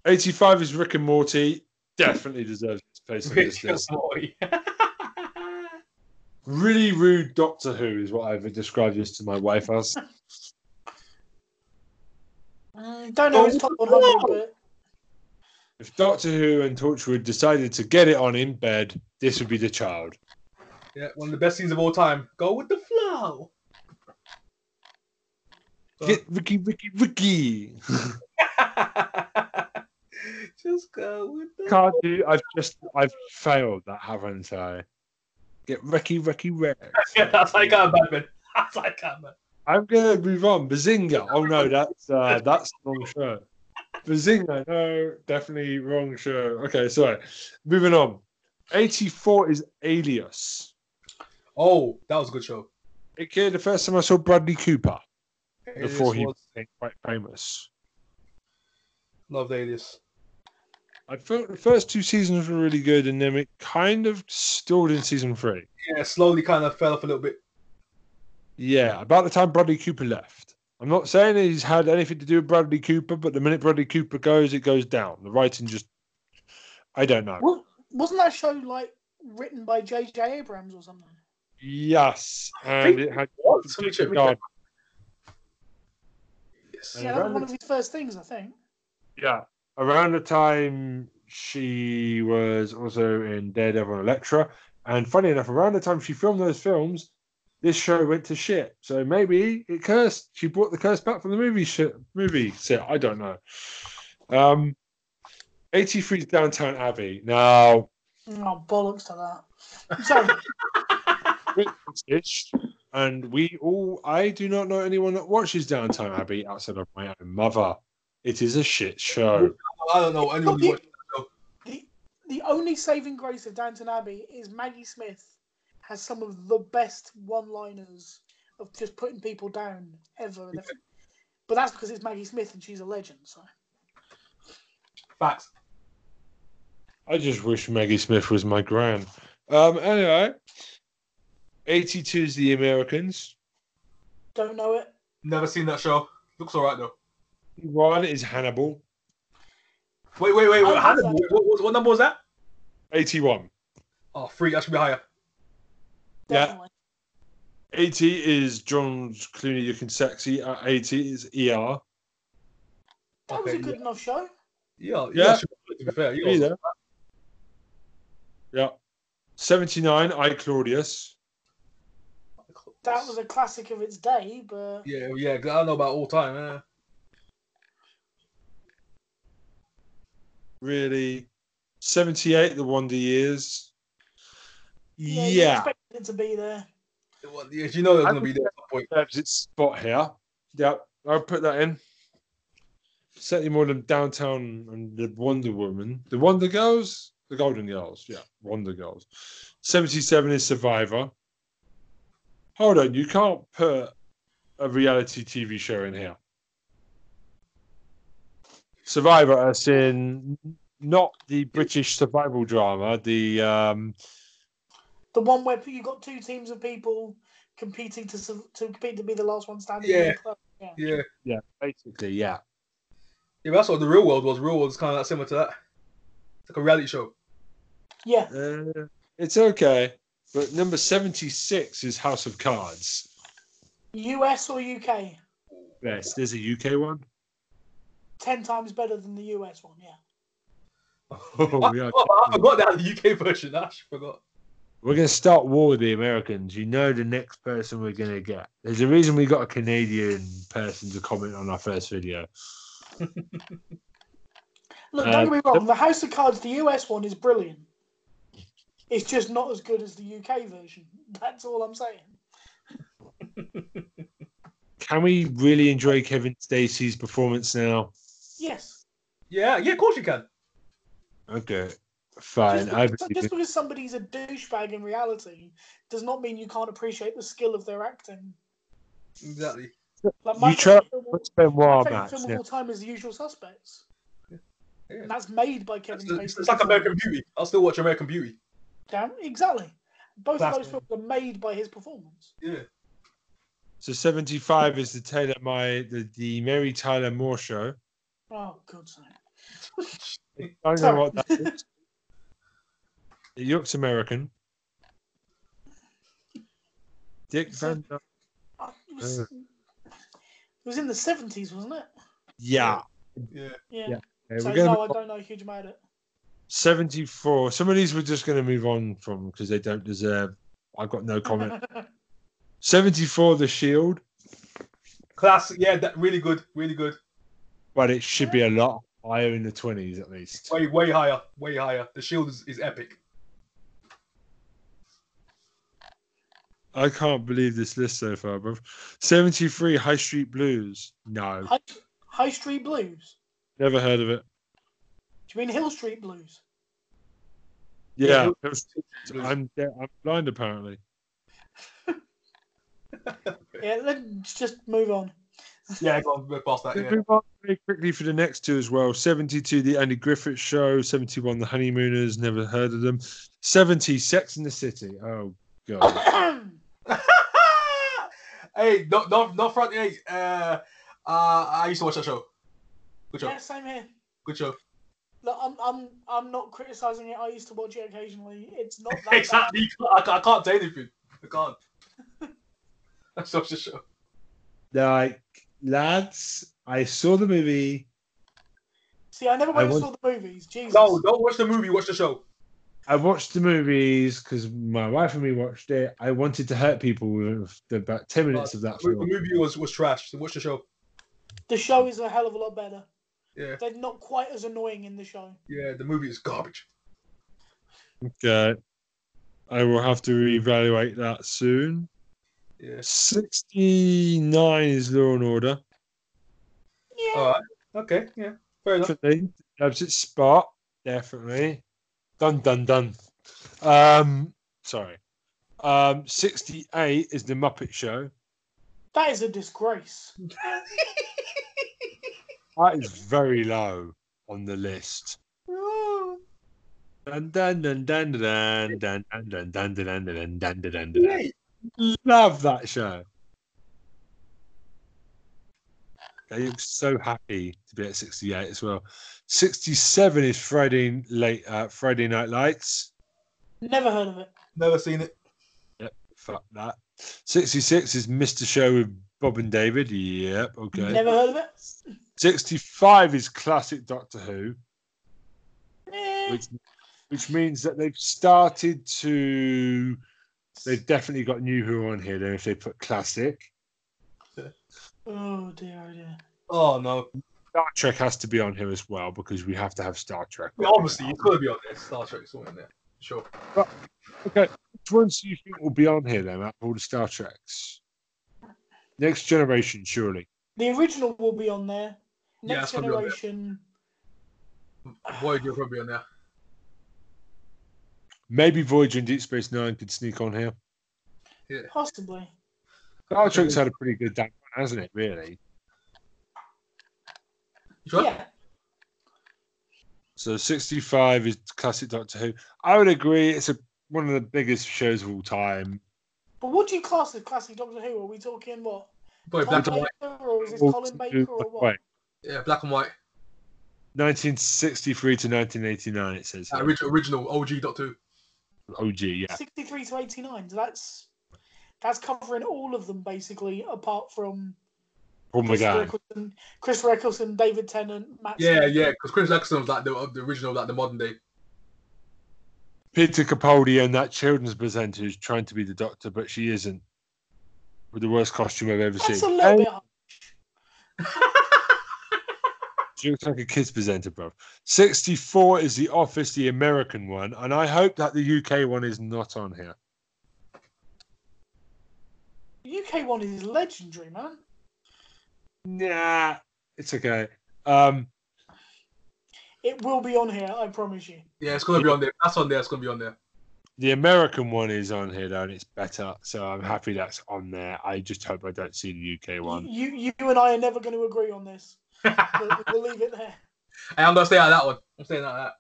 85 is Rick and Morty. Definitely deserves its place on this list. Really rude Doctor Who is what I've described this to my wife as.
Mm, don't know
Oh,
his top
wow.
100, but
If Doctor Who and Torchwood decided to get it on in bed, this would be the child.
yeah, one of the best scenes of all time. Go with the flow.
Get Ricky, Ricky, Ricky.
Just go with the
Can't do. I've just, I've failed that, haven't I? Get Ricky, Ricky, Rick.
Yeah, that's like a Batman. That's like a Batman.
I'm gonna move on. Bazinga. Oh no, that's uh, that's the wrong shirt. Bazinga. No, definitely wrong shirt. Okay, sorry. Moving on. 84 is Alias.
Oh, that was a good show.
Okay, the first time I saw Bradley Cooper before
Alias
he
was-
became quite famous.
loved Alias.
I felt the first two seasons were really good, and then it kind of stalled in season three.
Yeah, slowly kind of fell off a little bit.
Yeah, about the time Bradley Cooper left. I'm not saying that he's had anything to do with Bradley Cooper, but the minute Bradley Cooper goes, it goes down. The writing just, I don't know.
Wa- wasn't that show like written by J.J. Abrams or something?
Yes,
think
and it had
What? Let me check. Let me
God,
check. Yes.
And
Yeah, that was
Abrams-
one of his first things, I think.
yeah. Around the time she was also in Daredevil and Electra, and funny enough, around the time she filmed those films, this show went to shit. So maybe it cursed. She brought the curse back from the movie shit, movie set. I don't know. Um, 83's Downtown Abbey. Now,
Oh, bollocks to that. Sorry.
British, and we all I do not know anyone that watches Downtown Abbey outside of my own mother. It is a shit show.
I don't know anyone who watched
the, the only saving grace of Downton Abbey is Maggie Smith has some of the best one-liners of just putting people down ever. And ever. But that's because it's Maggie Smith and she's a legend. So
facts.
I just wish Maggie Smith was my gran. Um anyway. 82 is the Americans.
don't know it.
Never seen that show. Looks alright though.
One is Hannibal.
Wait, wait, wait. wait.
I
Hannibal,
was-
what, what, what number was that?
81.
Oh, three. That should be higher.
Yeah.
Definitely.
80 is John Clooney looking sexy. At 80 Uh, is ER.
That was a
Okay,
good enough show.
Yeah, yeah.
Yeah.
should be- to be fair, yeah.
Either. Yeah. 79, I Claudius.
That was a classic of its day, but
yeah, yeah. 'cause I don't know about all time. eh?
Really. 78, The Wonder Years. Yeah.
yeah, you expected it to be there.
Well, yeah, you know they're
I
going to be there at some point.
There's its spot here. Yep. I'll put that in. Certainly more than Downtown and the Wonder Woman. The Wonder Girls? The Golden Girls. Yeah. Wonder Girls. 77 is Survivor. Hold on. You can't put a reality TV show in here. Survivor, as in not the British survival drama, the um,
The one where you got two teams of people competing to su- to compete to be the last one standing.
Yeah.
But
Yeah.
basically, yeah.
Yeah, but that's what the real world was. Real world is kind of similar to that. It's like a reality show.
yeah,
Uh, it's okay. But number 76 is House of Cards.
US or UK,
Yes, there's a UK one.
ten times better than the US one. Yeah.
Oh, yeah.
Oh, I forgot that the UK version. I actually forgot.
We're going to start war with the Americans. You know the next person we're going to get. There's a reason we got a Canadian person to comment on our first video.
Look,
Uh,
don't get me wrong. The House of Cards, the US one, is brilliant. It's just not as good as the UK version. That's all I'm saying.
Can we really enjoy Kevin Stacey's performance now?
Yes.
Yeah, yeah, of course you can.
Okay, fine.
just,
I
because,
believe
just
it.
because somebody's a douchebag in reality does not mean you can't appreciate the skill of their acting.
Exactly.
Like
You try-
favourite film of-
Let's spend
my
more
favourite
match.
film of
Yeah.
all time is The Usual Suspects.
Yeah.
And that's made by Kevin
It's,
Spacey.
it's- it's like American Beauty. I'll still watch American Beauty.
Damn, exactly. Both
That's-
of those films are made by his performance.
Yeah.
So 75 is the Taylor My the, the Mary Tyler Moore show.
Oh, God's sake.
I don't know
Sorry.
what that is. It looks American. Dick
So-
Van Dyke.
Oh, It was,
Uh.
it was in the 70s, wasn't it?
Yeah.
Yeah.
Yeah.
Yeah. Okay,
so,
we're going
no,
to
I don't know a huge amount of it.
74. Some of these we're just going to move on from because they don't deserve. I've got no comment. 74, The Shield,
Classic. Yeah, that really good. Really good.
but it should be a lot higher in the 20s at least.
Way, way higher. Way higher. The Shield is, is epic.
I can't believe this list so far, bro. 73, High Street Blues. No,
High, High Street Blues.
never heard of it.
Do you mean Hill Street Blues?
Yeah,
Yeah.
it was- I'm, I'm blind apparently.
Yeah, let's just move on.
Yeah, go on, move past that.
Let's
Yeah.
move on very quickly for the next two as well. 72, The Andy Griffith Show. 71, The Honeymooners. Never heard of them. 70, Sex in the City. Oh, God.
hey, no, no, no front. Hey, uh, uh, I used to watch that show. Good show.
yeah, same here.
Good show.
Look, I'm, I'm, I'm not criticizing it. I used to watch it occasionally. It's not that bad.
Exactly. I, ca- I can't say anything. I can't. That's such a show.
like, lads, I saw the movie.
See, I never
I
went and
was-
saw the movies. Jesus.
No, don't watch the movie. Watch the show.
I watched the movies because my wife and me watched it. I wanted to hurt people with the, about 10 minutes of that
The
film.
movie was was trash. So watch the show.
The show is a hell of a lot better.
Yeah,
They're not quite as annoying in the show.
yeah. The movie is garbage.
Okay. I will have to reevaluate that soon.
Yeah.
69 is Law and Order.
Yeah.
All right. Okay. Yeah. Fair enough.
definitely. Loves its spot, definitely. Dun dun dun. Um, sorry. Um, sixty-eight is the Muppet Show.
That is a disgrace.
That is very low on the list. Dun dun dun dun dun dun dun dun dun dun dun dun dun dun dun dun dun.
Hey,
Love that show. They look so happy to be at 68 as well. 67 is Friday late uh, Friday Night Lights.
Never heard of it.
Never seen it.
Fuck that. 66 is Mr. Show with Bob and David. Yep. Okay.
Never heard of it.
65 is classic Doctor Who,
Eh,
which which means that they've started to they've definitely got new Who on here then if they put classic.
Oh dear, oh dear.
Oh no.
Star Trek has to be on here as well because we have to have Star Trek.
Yeah, obviously, it's got to be on there. Star Trek's on there. Sure.
Okay, which ones do you think will be on here then out of all the Star Treks? Next Generation, surely.
The original will be on there.
Yeah,
Next
it's gonna be on there.
generation.
Voyager probably on there.
Maybe Voyager and Deep Space Nine could sneak on here.
Possibly.
Star Trek's had a pretty good damn run, hasn't it? Really.
You sure?
Yeah.
So 65 is classic Doctor Who. I would agree. It's a, one of the biggest shows of all time.
But what do you class as classic Doctor Who? Are we talking what?
Boy,
Tom
black and
Baker
white.
or is it
All
Colin
to
Baker
do
or
with-
what?
wait,
Yeah, black and white.
1963 to 1989, it says.
That
here.
orig- original OG Doctor Who.
OG, yeah.
63 to 89. So that's that's covering all of them basically, apart from
Paul
Chris
McGann.
Eccleston, Chris Eccleston, David Tennant, Matt.
Yeah,
Smith.
yeah, because Chris Lexon was like the, the original, like the modern day.
Peter Capaldi and that children's presenter who's trying to be the doctor, but she isn't. With the worst costume I've ever
That's a
seen.
little
And
bit. hard.
She looks like a kids presenter, bro. 64 is The Office, the American one, and I hope that the UK one is not on here.
The UK one is legendary, man.
Nah, it's okay. Um,
It will be on here, I promise you.
Yeah, it's gonna be on there. That's on there. It's gonna be on there.
the American one is on here though, and it's better, so I'm happy that's on there. I just hope I don't see the UK one.
You, you, you and I are never going to agree on this. We'll,
hey,
we'll leave it there.
I'm gonna stay out of that one. I'm staying out of that.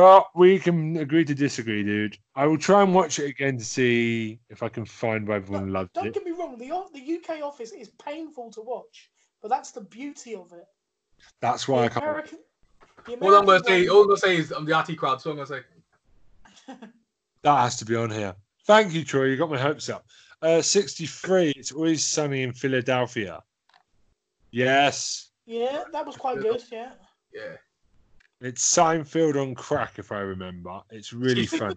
Well, we can agree to disagree, dude. I will try and watch it again to see if I can find why everyone loved
Don't
it.
get me wrong. The o- the UK office is painful to watch, but that's the beauty of it.
That's
The
why I can't.
American, the
All I'm gonna
American
say,
one-
all I'm gonna say is I'm the RT crowd. So I'm gonna say
That has to be on here. Thank you, Troy. You got my hopes up. Uh, 63. It's always sunny in Philadelphia. Yes.
Yeah, that was quite good. Yeah.
yeah.
It's Seinfeld on crack, if I remember. It's really fun.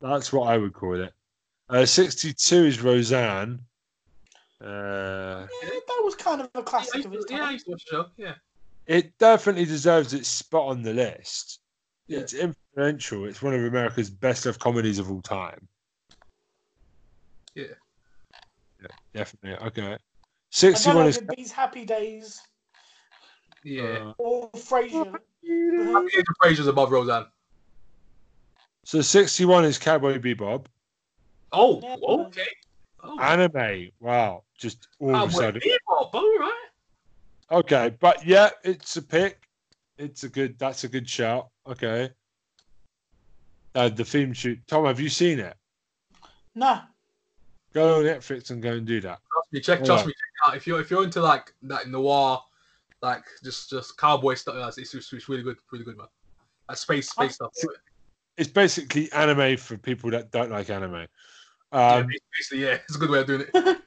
That's what I would call it. Uh, 62 is Roseanne. Uh,
yeah, that was kind of a
I
classic
used
of
to-
its
yeah, I
time.
used to watch the show. Yeah,
it definitely deserves its spot on the list.
Yeah.
It's influential. It's one of America's best of comedies of all time.
Yeah.
Yeah, definitely. Okay.
I don't know
61
if
is.
it beats Happy Days
yeah.
or Frasier.
Uh, Frasier's above Roseanne.
So 61 is Cowboy Bebop.
Oh,
Yeah.
okay. Oh,
Anime. Wow. Just all
oh,
of a sudden.
all right.
Okay. But yeah, it's a pick. It's a good, that's a good shout. Okay. Uh, the theme shoot. Tom, have you seen it?
Nah,
Go on Netflix and go and do that.
Trust me, check.
Yeah.
Trust me, check it out. If you're if you're into like that noir, like just just cowboy stuff, that's- it's, it's, it's really good, really good, man. Like space
I-
space stuff.
It's basically anime for people that don't like anime.
yeah,
Um,
basically, yeah, it's a good way of doing it.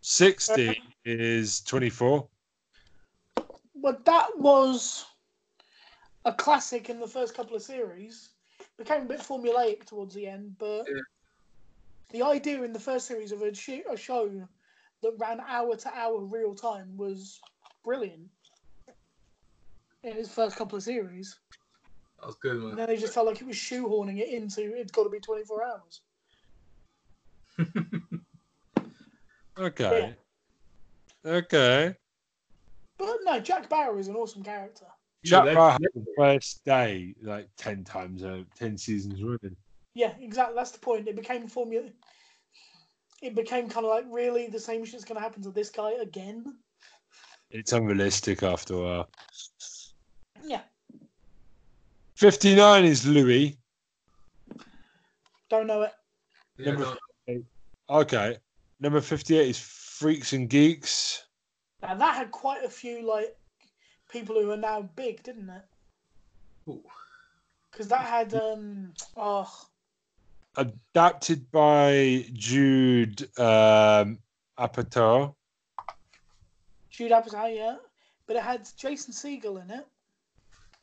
60 is 24.
but that was a classic in the first couple of series. Became a bit formulaic towards the end, but
Yeah.
the idea in the first series of a, sh- a show that ran hour to hour real time was brilliant. In his first couple of series,
That was good,
and
man.
then they just felt like it was shoehorning it into it's got to be twenty four hours.
Okay. Okay.
But no, Jack Bauer is an awesome character.
Jack
Yeah,
Bauer had
they-
the first day like 10 times, over, 10 seasons running.
Yeah, exactly. That's the point. It became formula. It became kind of like really the same shit's going to happen to this guy again.
It's unrealistic after a while.
Yeah,
59 is Louis.
don't know it.
yeah,
Number
no,
Okay. Number 58 is Freaks and Geeks.
Now that had quite a few like people who are now big, didn't it?
Ooh.
Because that had um oh
Adapted by Jude um, Apatow.
Jude Apatow, yeah, but it had Jason Segel in it,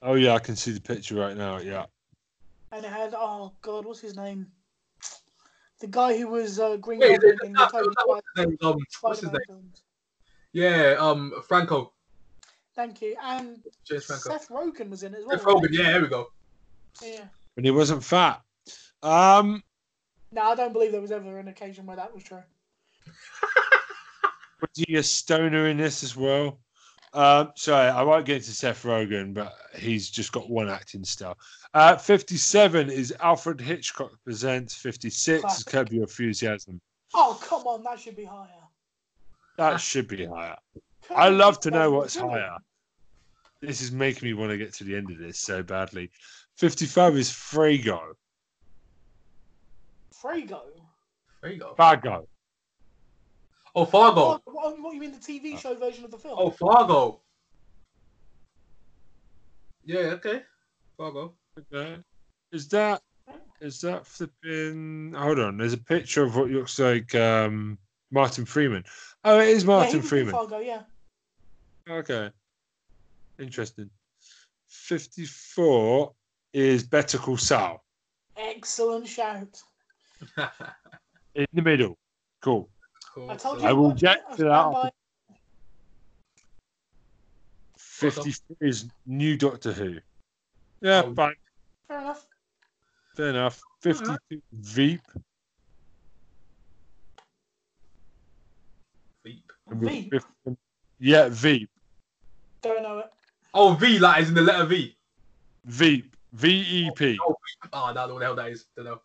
Oh yeah, I can see the picture right now. Yeah,
and it had oh god, what's his name? The guy who was uh, Green
Wait,
Goblin
that-
in the
that-
Tobey
that- what's his name? Um,
Spider-
what's his
Spider-Man
name?
films.
Yeah, um, Franco,
Thank you. And
James Franco.
Seth Rogen was in it as well.
Seth Rogen. Yeah, there we go.
Yeah.
and he wasn't fat. Um,
No, I don't believe there was ever an occasion where that was true.
was he a stoner in this as well? Um, sorry, I won't get into Seth Rogen, but he's just got one acting star. Uh, 57 is Alfred Hitchcock Presents. 56 is
Classic.
Curb Your Enthusiasm.
Oh come on, that should be higher.
That should be higher.
Come
I
on,
love to
that's
know
what
what's
we're doing.
higher. This is making me want to get to the end of this so badly. 55 is Frigo.
Frago.
There you go.
Fargo.
Oh, Fargo.
What, what, what you mean the TV show version of the film?
Oh, Fargo. Yeah. Okay. Fargo.
Okay. Is that is that flipping hold on, there's a picture of what looks like um Martin Freeman. Oh it is
yeah, he
Martin
was in
Freeman.
Fargo, yeah.
Okay. Interesting. Fifty four is Better Call Saul.
Excellent shout.
In the middle. Cool.
Cool.
I told
So-
you.
I will
what,
get
I
to
stand
that.
by-
Fifty four is new Doctor Who. Yeah,
Oh.
fine.
Fair enough.
Fair enough. 52 Veep.
Veep.
Number
Veep.
50 yeah, Veep.
Don't know it.
Oh, V. That is in the letter V.
Veep. V E P.
Oh, I don't know what the hell that is. Don't know.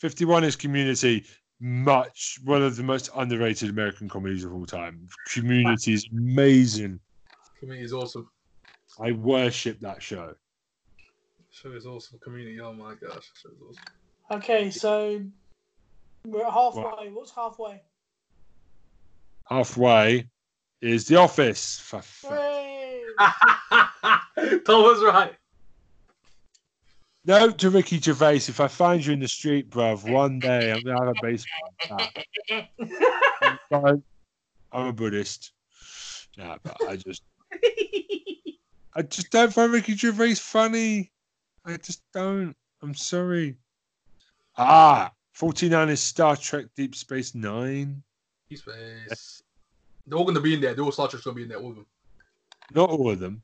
51 is Community. Much one of the most underrated American comedies of all time. Community is amazing.
Community is awesome.
I worship that show.
Show is awesome. Community. Oh my gosh. Show is awesome.
Okay, so we're at halfway. What's halfway?
Halfway is The Office. For fuck-
Hooray!
Tom was right.
No to Ricky Gervais. If I find you in the street, bruv, one day I'm gonna have a baseball bat. But I'm a Buddhist. Nah, but I just I just don't find Ricky Gervais funny. I just don't. I'm sorry. Ah, 49 is Star Trek Deep Space Nine.
Deep Space. They're all gonna be in there. They're all Star Trek's gonna be in there. All of them.
Not all of them.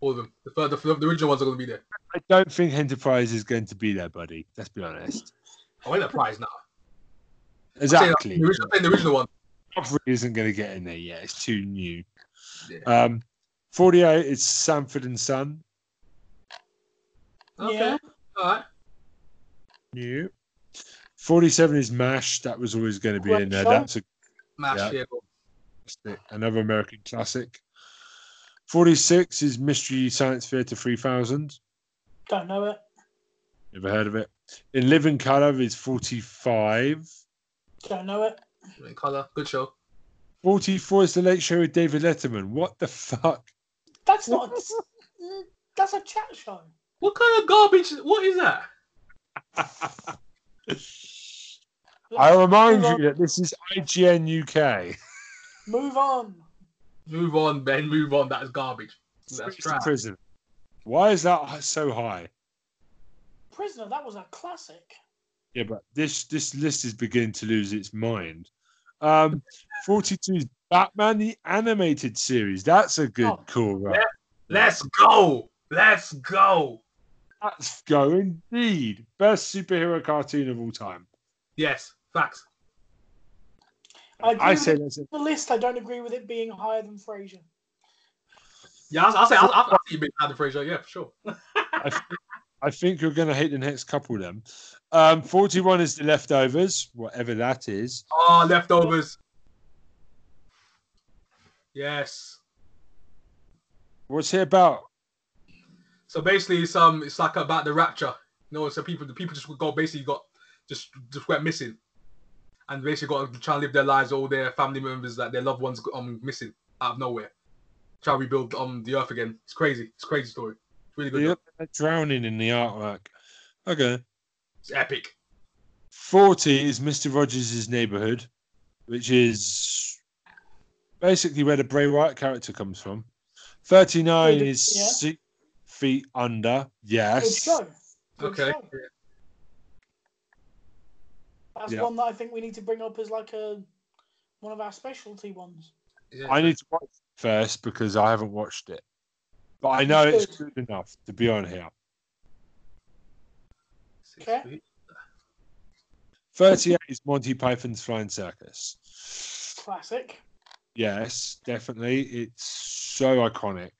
All of them. The, fir- the, fir- the original ones are gonna be there.
I don't think Enterprise is going to be there, buddy. Let's be honest.
I win a prize now.
Exactly.
Saying the original, saying the original one.
Joffrey isn't going to get in there yet. It's too new.
Yeah.
Um, 48 is Sanford and Son.
Okay.
Yeah.
All right.
New. 47 is MASH. That was always going to be
Great
in there.
show.
That's a
Mash.
Yeah.
Yeah. go.
Fantastic. Another American classic. 46 is Mystery Science Theater 3000.
Don't know it.
Never heard of it. In Living Color is 45.
Don't know it.
In color. Good show.
44 is The Late Show with David Letterman. What the fuck?
That's not. a- that's a chat show.
What kind of garbage? What is that?
I remind you that this is IGN UK.
Move on.
Move on, Ben. Move on. That is garbage. That's
Space
trash.
Prison. Why is that so high?
Prisoner, that was a classic.
Yeah, but this this list is beginning to lose its mind. Um, 42 is Batman the Animated Series. That's a good
Oh.
call, right?
Let's go. Let's go.
Let's go indeed. Best superhero cartoon of all time.
Yes. Facts.
I, agree
I
with
say
it
that's it.
on the list. I don't agree with it being higher than Frasier.
Yeah, I'll, I'll say I'll, I'll, I'll say you've been Adam Fraser. Yeah, for sure.
I, think- I think you're going to hate the next couple of them. Um, 41 is The Leftovers, whatever that is.
Oh, leftovers. Yes.
What's it about?
So basically, it's um, it's like about the rapture. You know, so people, the people just go basically got just just went missing, and basically got to try and live their lives, all their family members, like their loved ones, um, missing out of nowhere, try to rebuild um the earth again. It's crazy. It's a crazy story. It's really good.
Yep. Drowning in the artwork. Okay.
It's epic.
40 is Mr. Rogers' Neighborhood, which is basically where the Bray Wyatt character comes from. 39
Yeah.
is Six Feet Under.
Good
Yes.
show. Good
Okay.
show. That's
Yeah.
one that I think we need to bring up as like a one of our specialty ones.
Yeah.
I need to watch it first because I haven't watched it. But I know it's good enough to be on here.
Okay.
38 is Monty Python's Flying Circus.
Classic.
Yes, definitely. It's so iconic.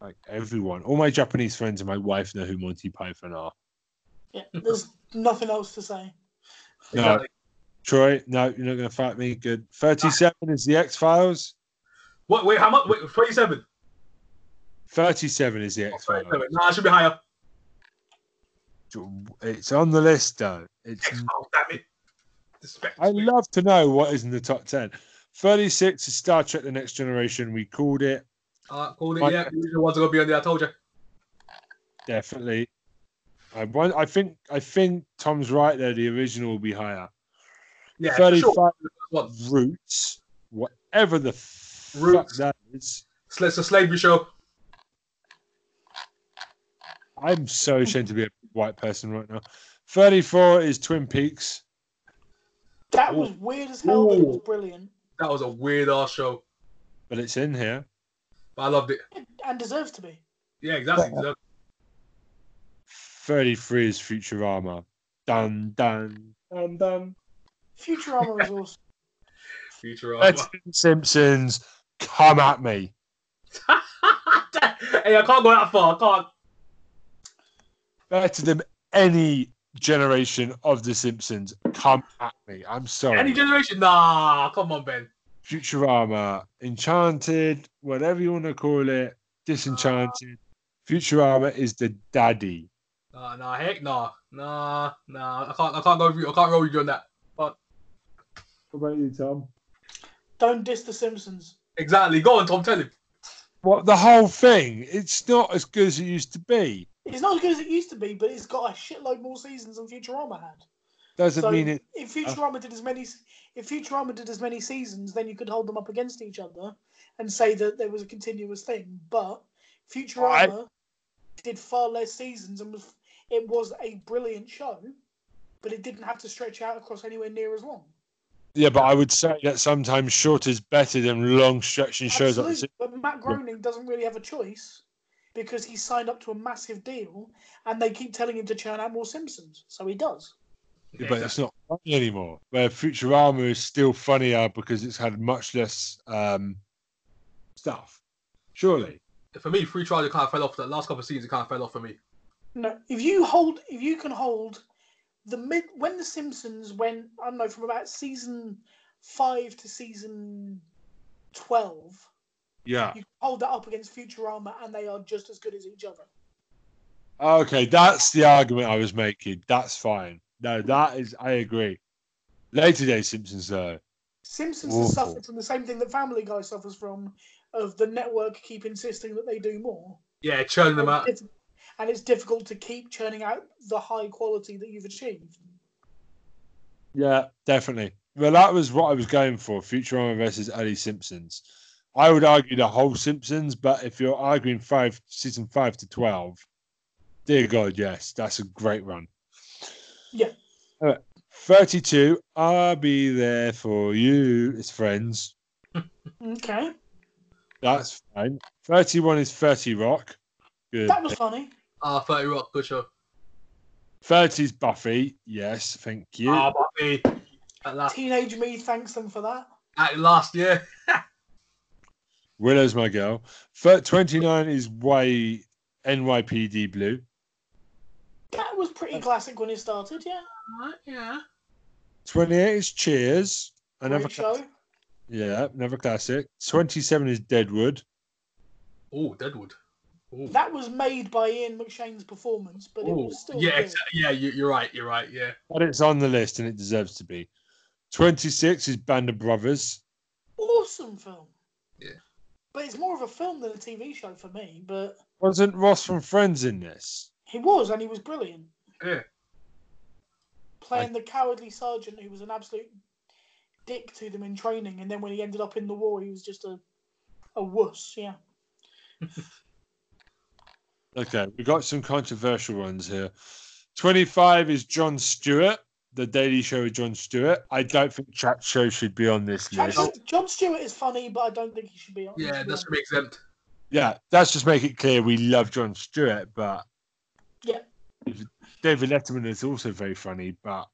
Like everyone, all my Japanese friends and my wife know who Monty Python are.
Yeah. There's nothing else to say.
No, Troy, no, you're not going to fight me. Good. 37 is the X Files.
What? Wait, how much? Wait, twenty-seven.
37 is the X Files.
27. Nah, it should be higher.
It's on the list, though. It's,
Oh, damn it. Disrespect.
I love to know what is in the top 10. 36 is Star Trek The Next Generation. We called it.
Uh, called it, yeah. The ones gonna be on there. I told you.
Definitely. I, won- I think I think Tom's right there. The original will be higher.
Yeah. for
35
Sure. What?
Roots, whatever the fuck
Roots.
that is.
It's, it's a slavery show.
I'm so ashamed to be a white person right now. 34 is Twin Peaks.
That
Ooh.
was weird as hell, but it was
Ooh.
brilliant
That was a weird ass show,
but it's in here.
but I loved it.
and deserves to be.
Yeah, exactly. So,
33 is Futurama. Dun dun dun dun.
Futurama is awesome.
Futurama.
Thirteen Simpsons, come at me.
hey, I can't go that far. I can't.
Better than any generation of The Simpsons, come at me. I'm sorry.
Any generation? Nah, come on, Ben.
Futurama, Enchanted, whatever you want to call it, Disenchanted. Futurama is the daddy.
Nah, nah, heck, nah, nah, nah. I can't, I can't go with you. I can't roll with you on that.
What about you, Tom?
Don't diss The Simpsons.
Exactly. Go on, Tom. Tell him.
What the whole thing? It's not as good as it used to be.
It's not as good as it used to be, but it's got a shitload more seasons than Futurama had.
Doesn't mean it.
if Futurama did as many, if Futurama did as many seasons, then you could hold them up against each other and say that there was a continuous thing. But Futurama did far less seasons and was it was a brilliant show, but it didn't have to stretch out across anywhere near as long.
Yeah, but I would say that sometimes short is better than long stretching shows like this.
Absolutely, but Matt Groening doesn't really have a choice because he signed up to a massive deal, and they keep telling him to churn out more Simpsons, so he does.
Yeah,
But it's not funny anymore. Where Futurama is still funnier because it's had much less um, stuff. Surely.
for me, free trial kind of fell off. The last couple of seasons, it kind of fell off for me.
No, if you hold, if you can hold the mid when the Simpsons went, I don't know, from about season five to season twelve,
Yeah.
you can hold that up against Futurama, and they are just as good as each other.
Okay, that's the argument I was making. That's fine. No, that is. I agree. Later day Simpsons though.
Simpsons
Awful.
has suffered from the same thing that Family Guy suffers from, of the network keep insisting that they do more,
Yeah, churning them out.
and, it's, and it's difficult to keep churning out the high quality that you've achieved.
Yeah, definitely. Well, that was what I was going for: Futurama versus early Simpsons. I would argue the whole Simpsons, but if you're arguing five season five to twelve, dear God, yes, that's a great run.
Yeah.
All right. Thirty-two. I'll be there for you. It's Friends.
Okay,
That's fine. Thirty-one is Thirty Rock. Good.
that was funny.
Ah, Thirty Rock, good show.
Thirty is Buffy. Yes, thank you.
Ah, but me. At last,
Teenage me thanks them for that.
at last, yeah.
Willow's my girl. Thir- Twenty-nine is Y NYPD Blue.
That was pretty classic when it started, yeah.
Alright, yeah.
28 is Cheers. Another
Great show.
classic. Yeah, another classic. 27 is Deadwood.
Oh, Deadwood. Oh. Ooh.
That was made by Ian McShane's performance, but it
Ooh.
was still
Oh. Yeah,
good.
exa- yeah. You, you're right. You're right. Yeah.
But it's on the list and it deserves to be. 26 is Band of Brothers.
Awesome film.
Yeah.
But it's more of a film than a TV show for me. But
Wasn't Ross from Friends in this?
he was, and he was brilliant.
Yeah.
Playing the cowardly sergeant who was an absolute dick to them in training, and then when he ended up in the war, he was just a a wuss. Yeah.
Okay, we got some controversial ones here. 25 is John Stewart. The Daily Show with John Stewart. I don't think Chat Show should be on this list.
Actually, John Stewart is funny, but I don't think he should be on. he
Yeah,
should be
that's
on.
gonna be exempt.
Yeah, that's just make it clear we love John Stewart, but
Yeah.
David Letterman is also very funny, but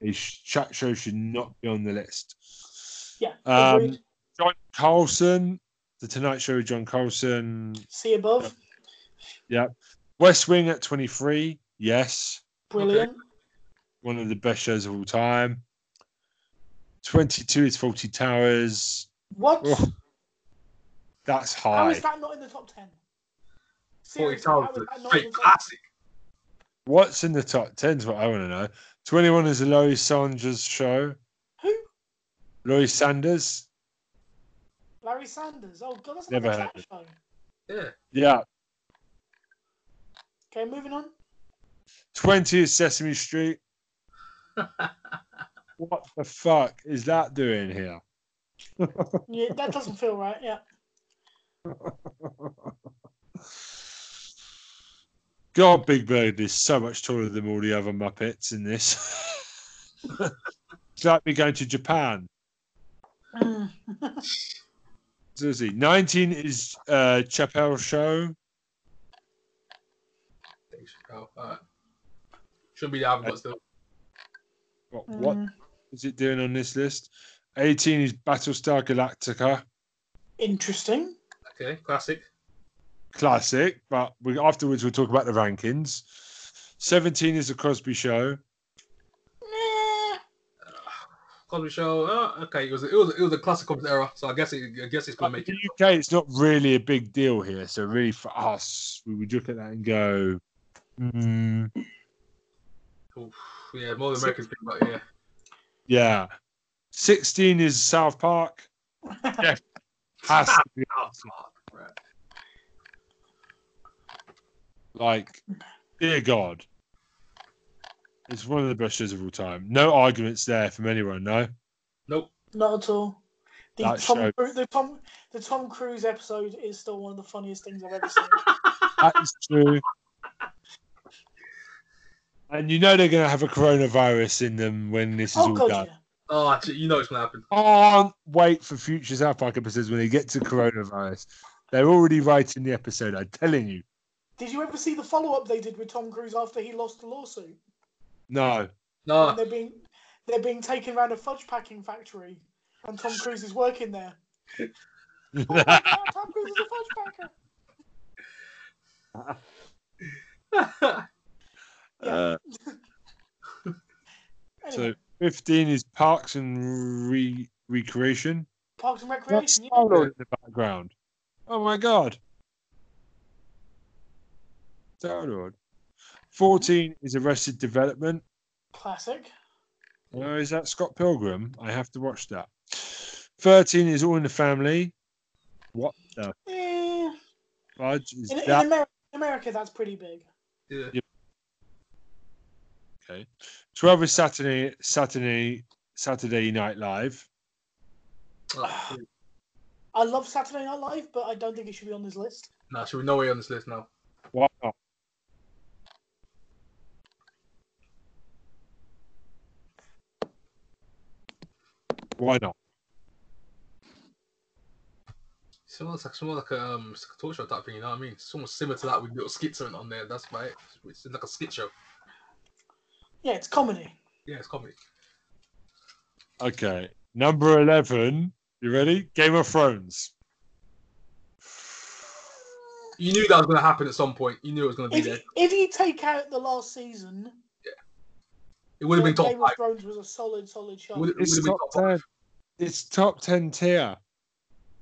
his chat show should not be on the list.
Yeah.
Um,
agreed.
John Carlson, The Tonight Show with John Carlson.
See
Um,
above.
West Wing at 23. Yes.
Brilliant.
one of the best shows of all time. 22 is Faulty Towers.
What?
Oh, That's
How
high.
is that not in the top ten?
Forty
Seriously, how
Towers,
is that not in
straight
the top
classic.
What's in the top 10 is what I want to know. 21 is Lois Sanders' show.
Who?
Lois Sanders.
Larry Sanders. Oh god, that's
Never
another
heard
chat show.
Yeah.
Yeah.
Okay, moving on.
20 is Sesame Street. what the fuck is that doing here?
Yeah, that doesn't feel right. Yeah.
God, Big Bird is so much taller than all the other Muppets in this. it's like me going to Japan.
Mm.
Seriously. 19 is uh, Chappelle Show.
They should go. Alright. Should be the Avengers still.
What, what
Mm.
is it doing on this list? 18 is Battlestar Galactica.
Interesting.
Okay, classic.
Classic, but we, afterwards we'll talk about the rankings. 17 is The Crosby Show.
Nah.
Cosby Show. Uh, okay, it was it was it was a classic of the era, so I guess it, I guess it's gonna
Like,
make
in
it.
the UK, it's not really a big deal here. So really, for us, we would look at that and go, mm,
Oof, yeah, more than Americans think about it. Yeah,
yeah. 16 is South Park. yeah, has to be
oh, fuck, right.
like, dear God, it's one of the best shows of all time. No arguments there from anyone. No,
Nope.
Not at all. The
That
Tom,
show-
Cru- the Tom the Tom Cruise episode is still one of the funniest things I've ever seen.
that is true. And you know they're going to have a coronavirus in them when this is
oh
all
god,
done.
yeah.
Oh, actually, you know it's gonna happen.
can't wait for future South Park episodes when they get to coronavirus. They're already writing the episode. I'm telling you.
Did you ever see the follow up they did with Tom Cruise after he lost the lawsuit?
No.
And
No,
they're being they're being taken around a fudge packing factory, and Tom Cruise is working there. Oh my God, Tom Cruise is a fudge packer.
Uh,
Anyway,
so 15 is Parks and Re- Recreation.
Parks and
That's
Recreation. Yeah.
Star Lord in the background. Oh my god. Star Lord. 14 is Arrested Development.
Classic.
Oh, is that Scott Pilgrim? I have to watch that. 13 is All in the Family. What the
Eh,
fudge is
in, in,
that?
America, in America, that's pretty big.
yeah.
12 is Saturday, Saturday, Saturday Night Live.
Oh,
I love Saturday Night Live, but I don't think it should be on this list.
nah, should be no way on this list now.
Why not? Why not?
It's more like, it's more like a, um, it's like a talk show type thing, you know what I mean? It's almost similar to that with little skits on on there. That's why it's like a skit show.
Yeah, it's comedy.
Yeah, it's comedy.
Okay, number eleven. You ready? Game of Thrones.
You knew that was gonna happen at some point. You knew it was gonna be
If,
there.
if you take out the last season,
It would have been
Game
top
of
five.
Thrones was a solid, solid
It
show.
would have been
It's top
top
ten.
five.
It's top ten tier.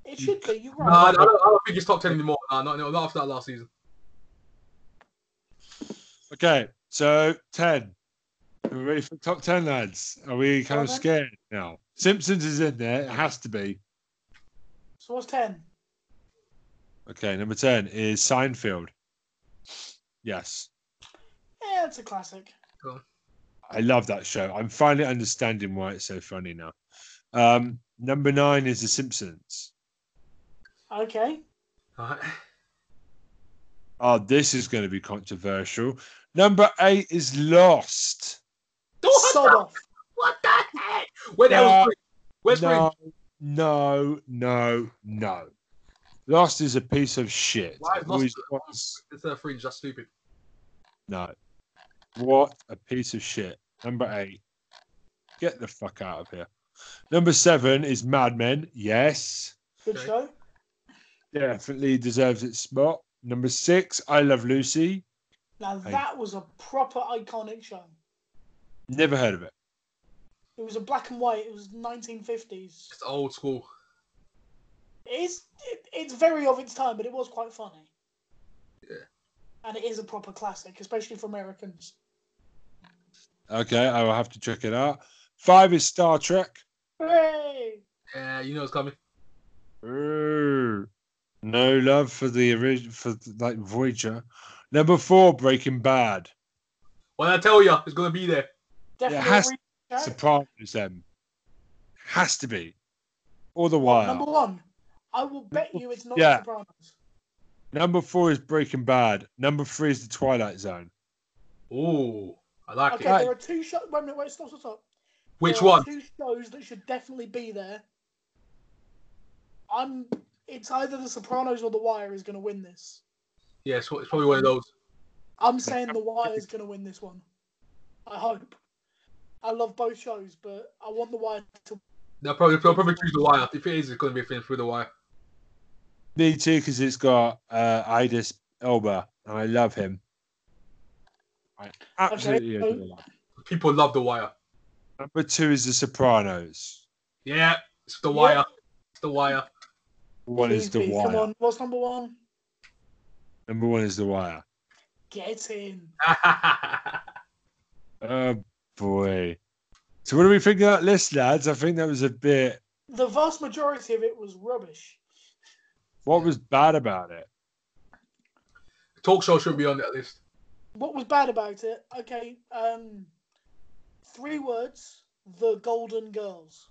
it should be. You're
Nah, I
right.
don't, I don't think it's top ten anymore. Nah, not, not after that last season.
Okay, so ten. Are we ready for top ten, lads? Are we kind of
Well then.
scared now? Simpsons is in there. It has to be.
So what's ten?
Okay, number ten is Seinfeld. Yes,
Yeah, it's a classic.
I love that show. I'm finally understanding why it's so funny now. Um, number nine is The Simpsons.
Okay.
Alright.
Oh, this is going to be controversial. Number eight is Lost.
Sod off.
What the heck? Where the hell's
No.
Bridge? Where's
no,
Bridge?
no, no, no. Lost is a piece of shit.
Why is
It
Lost-
was once-
It's a fridge. That's stupid.
No. What a piece of shit. Number eight. Get the fuck out of here. Number seven is Mad Men. Yes.
Good
Okay.
show.
Definitely deserves its spot. Number six, I Love Lucy.
Now
Hey.
that was a proper iconic show.
Never heard of it.
It was a black and white. It was 1950s.
It's old school.
It's it, it's very of its time, but it was quite funny.
Yeah.
And it is a proper classic, especially for Americans.
Okay, I will have to check it out. Five is Star Trek.
Hooray!
Yeah, you know it's coming.
Ooh. No love for the original, for like Voyager. Number four, Breaking Bad.
What did I tell you? It's gonna be there.
Definitely
It has-
a re- show.
Surprise them. Has to be. All the while.
Number one. I will bet you it's not
Yeah.
The Sopranos.
Number four is Breaking Bad. Number three is The Twilight Zone.
Ooh, I like
Okay,
it.
Right.
there are two shows. Wait a minute, wait, stop, stop, stop.
Which
There are
one?
Two shows that should definitely be there. I'm. It's either The Sopranos or The Wire is going to win this.
Yeah, it's, it's probably one of those.
I'm saying The Wire is going to win this one. I hope. I love both shows, but I want The Wire to.
They'll probably they'll probably choose the wire. If it is, it's gonna be a thing through the wire.
Me too, because it's got uh, Idris Elba, and I love him. I absolutely
Okay, so-
adore that.
People love the wire.
Number two is The Sopranos.
Yeah, it's the
Yeah.
wire. It's the wire.
One
Please
is The
be. Come
Wire.
on, what's number one?
Number one is The Wire.
Get in.
Oh boy. So what do we think of that list, lads? I think that was a bit.
The vast majority of it was rubbish.
What was bad about it?
Talk show shouldn't be on that list.
What was bad about it? Okay, um, three words: The Golden Girls.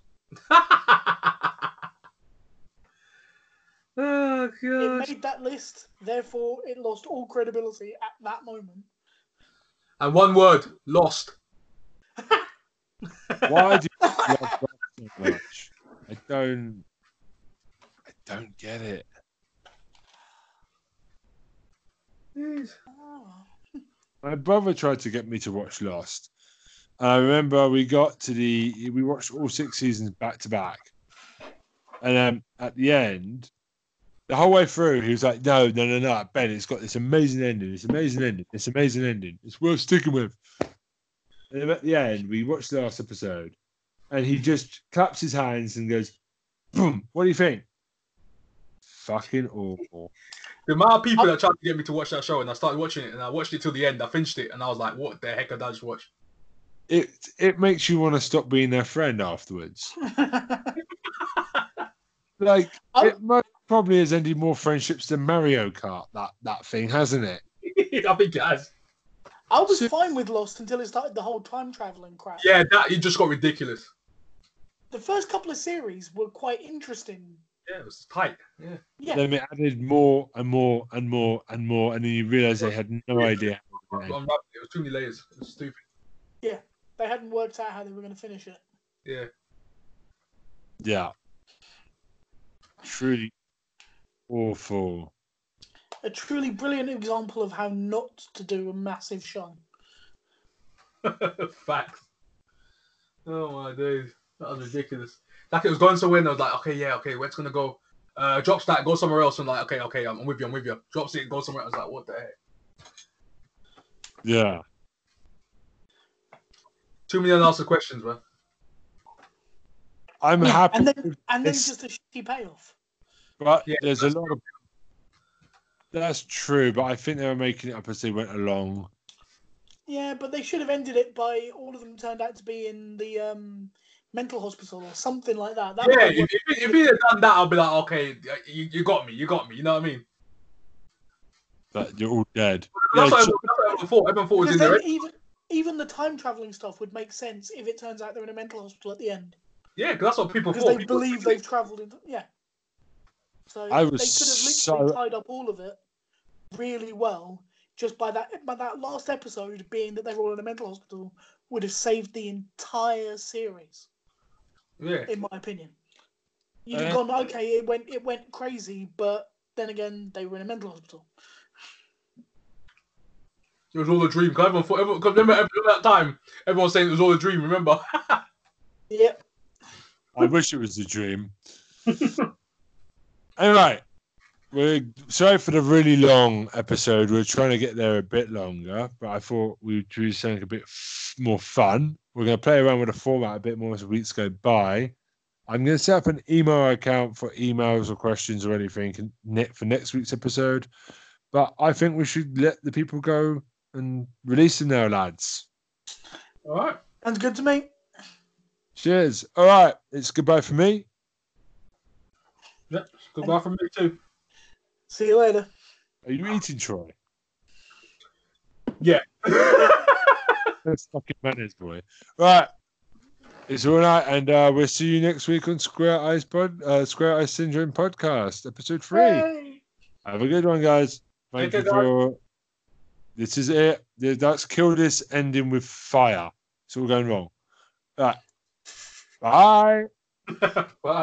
oh
It
god.
made that list, therefore it lost all credibility at that moment.
And one word, lost.
Why do you love that so much? I don't. I don't get it.
Oh.
My brother tried to get me to watch Lost. And I remember we got to the we watched all six seasons back to back. And um, at the end, the whole way through, he was like, No, no, no, no, Ben, it's got this amazing ending, this amazing ending, this amazing ending. It's worth sticking with. And then at the end, we watched the last episode and he just claps his hands and goes, Boom, what do you think? Fucking awful.
The amount of people that tried to get me to watch that show and I started watching it and I watched it till the end. I finished it and I was like, what the heck did I just watch?
It it makes you want to stop being their friend afterwards. Like
I-
it most probably has ended more friendships than Mario Kart. That that thing, hasn't it?
I think it has.
I was
So-
fine with Lost until it started the whole time traveling crap.
Yeah, that it just got ridiculous.
The first couple of series were quite interesting.
Yeah, it was tight. Yeah.
Yeah,
Then it added more and more and more and more, and then you realise they had no idea. how
But
it ended.
unraveled it. It was too many layers. It was stupid.
they hadn't worked out how they were going to finish it.
Yeah.
Yeah, truly awful.
A truly brilliant example of how not to do a massive show.
Facts. Oh my days. That was ridiculous. Like it was going somewhere and I was like, okay, yeah, okay, where it's gonna go? Uh drops that, go somewhere else. I'm like, okay, okay, I'm, I'm with you, I'm with you. Drops it, go somewhere. else. I was like, what the heck?
Yeah,
Too many unanswered questions, man.
I'm
Yeah,
happy,
and then and then
It's-
just a shitty payoff.
but
Yeah,
there's a lot of. That's true, but I think they were making it up as they went along.
Yeah, but they should have ended it by all of them turned out to be in the um, mental hospital or something like that. that
Yeah,
would've
if, if, if he had done that, I'd be like, okay, you, you got me, you got me. You know what I mean?
But you're all dead. Yeah,
That's,
so-
what, everyone, that's what everyone thought. Everyone thought it was
Because
in there.
then even even the time traveling stuff would make sense if it turns out they're in a mental hospital at the end
Yeah, because that's what people
because
thought.
they
People-
believe they've traveled in. Yeah. So
I was
they could have
so-
literally tied up all of it really well just by that by that last episode being that they're all in a mental hospital would have saved the entire series
Yeah,
in my opinion. You'd have
Uh,
gone okay, it went it went crazy, but then again they were in a mental hospital.
it was all a dream. 'cause everyone thought, everyone, 'cause remember, everyone at that time, everyone was saying it was all a dream. Remember?
Yeah,
I wish it was a dream. All right. We're sorry for the really long episode. We're trying to get there a bit longer, but I thought we would do something a bit f- more fun. We're going to play around with the format a bit more as weeks go by. I'm going to set up an email account for emails or questions or anything in- ne- for next week's episode, but I think we should let the people go and release them now, lads.
all right.
sounds good to me.
Cheers. All right. It's goodbye for me.
Goodbye from me too.
See you later.
Are you eating, Troy? That's fucking manners, boy. Right. It's all right, and uh, we'll see you next week on Square Eyes Pod, uh, Square Eyes Syndrome Podcast, episode three.
Yay.
Have a good one, guys. Thank
Take
you
care, guys.
for. This is it. Th- That's kill this ending with fire. It's all going wrong. Right. Bye.
Bye.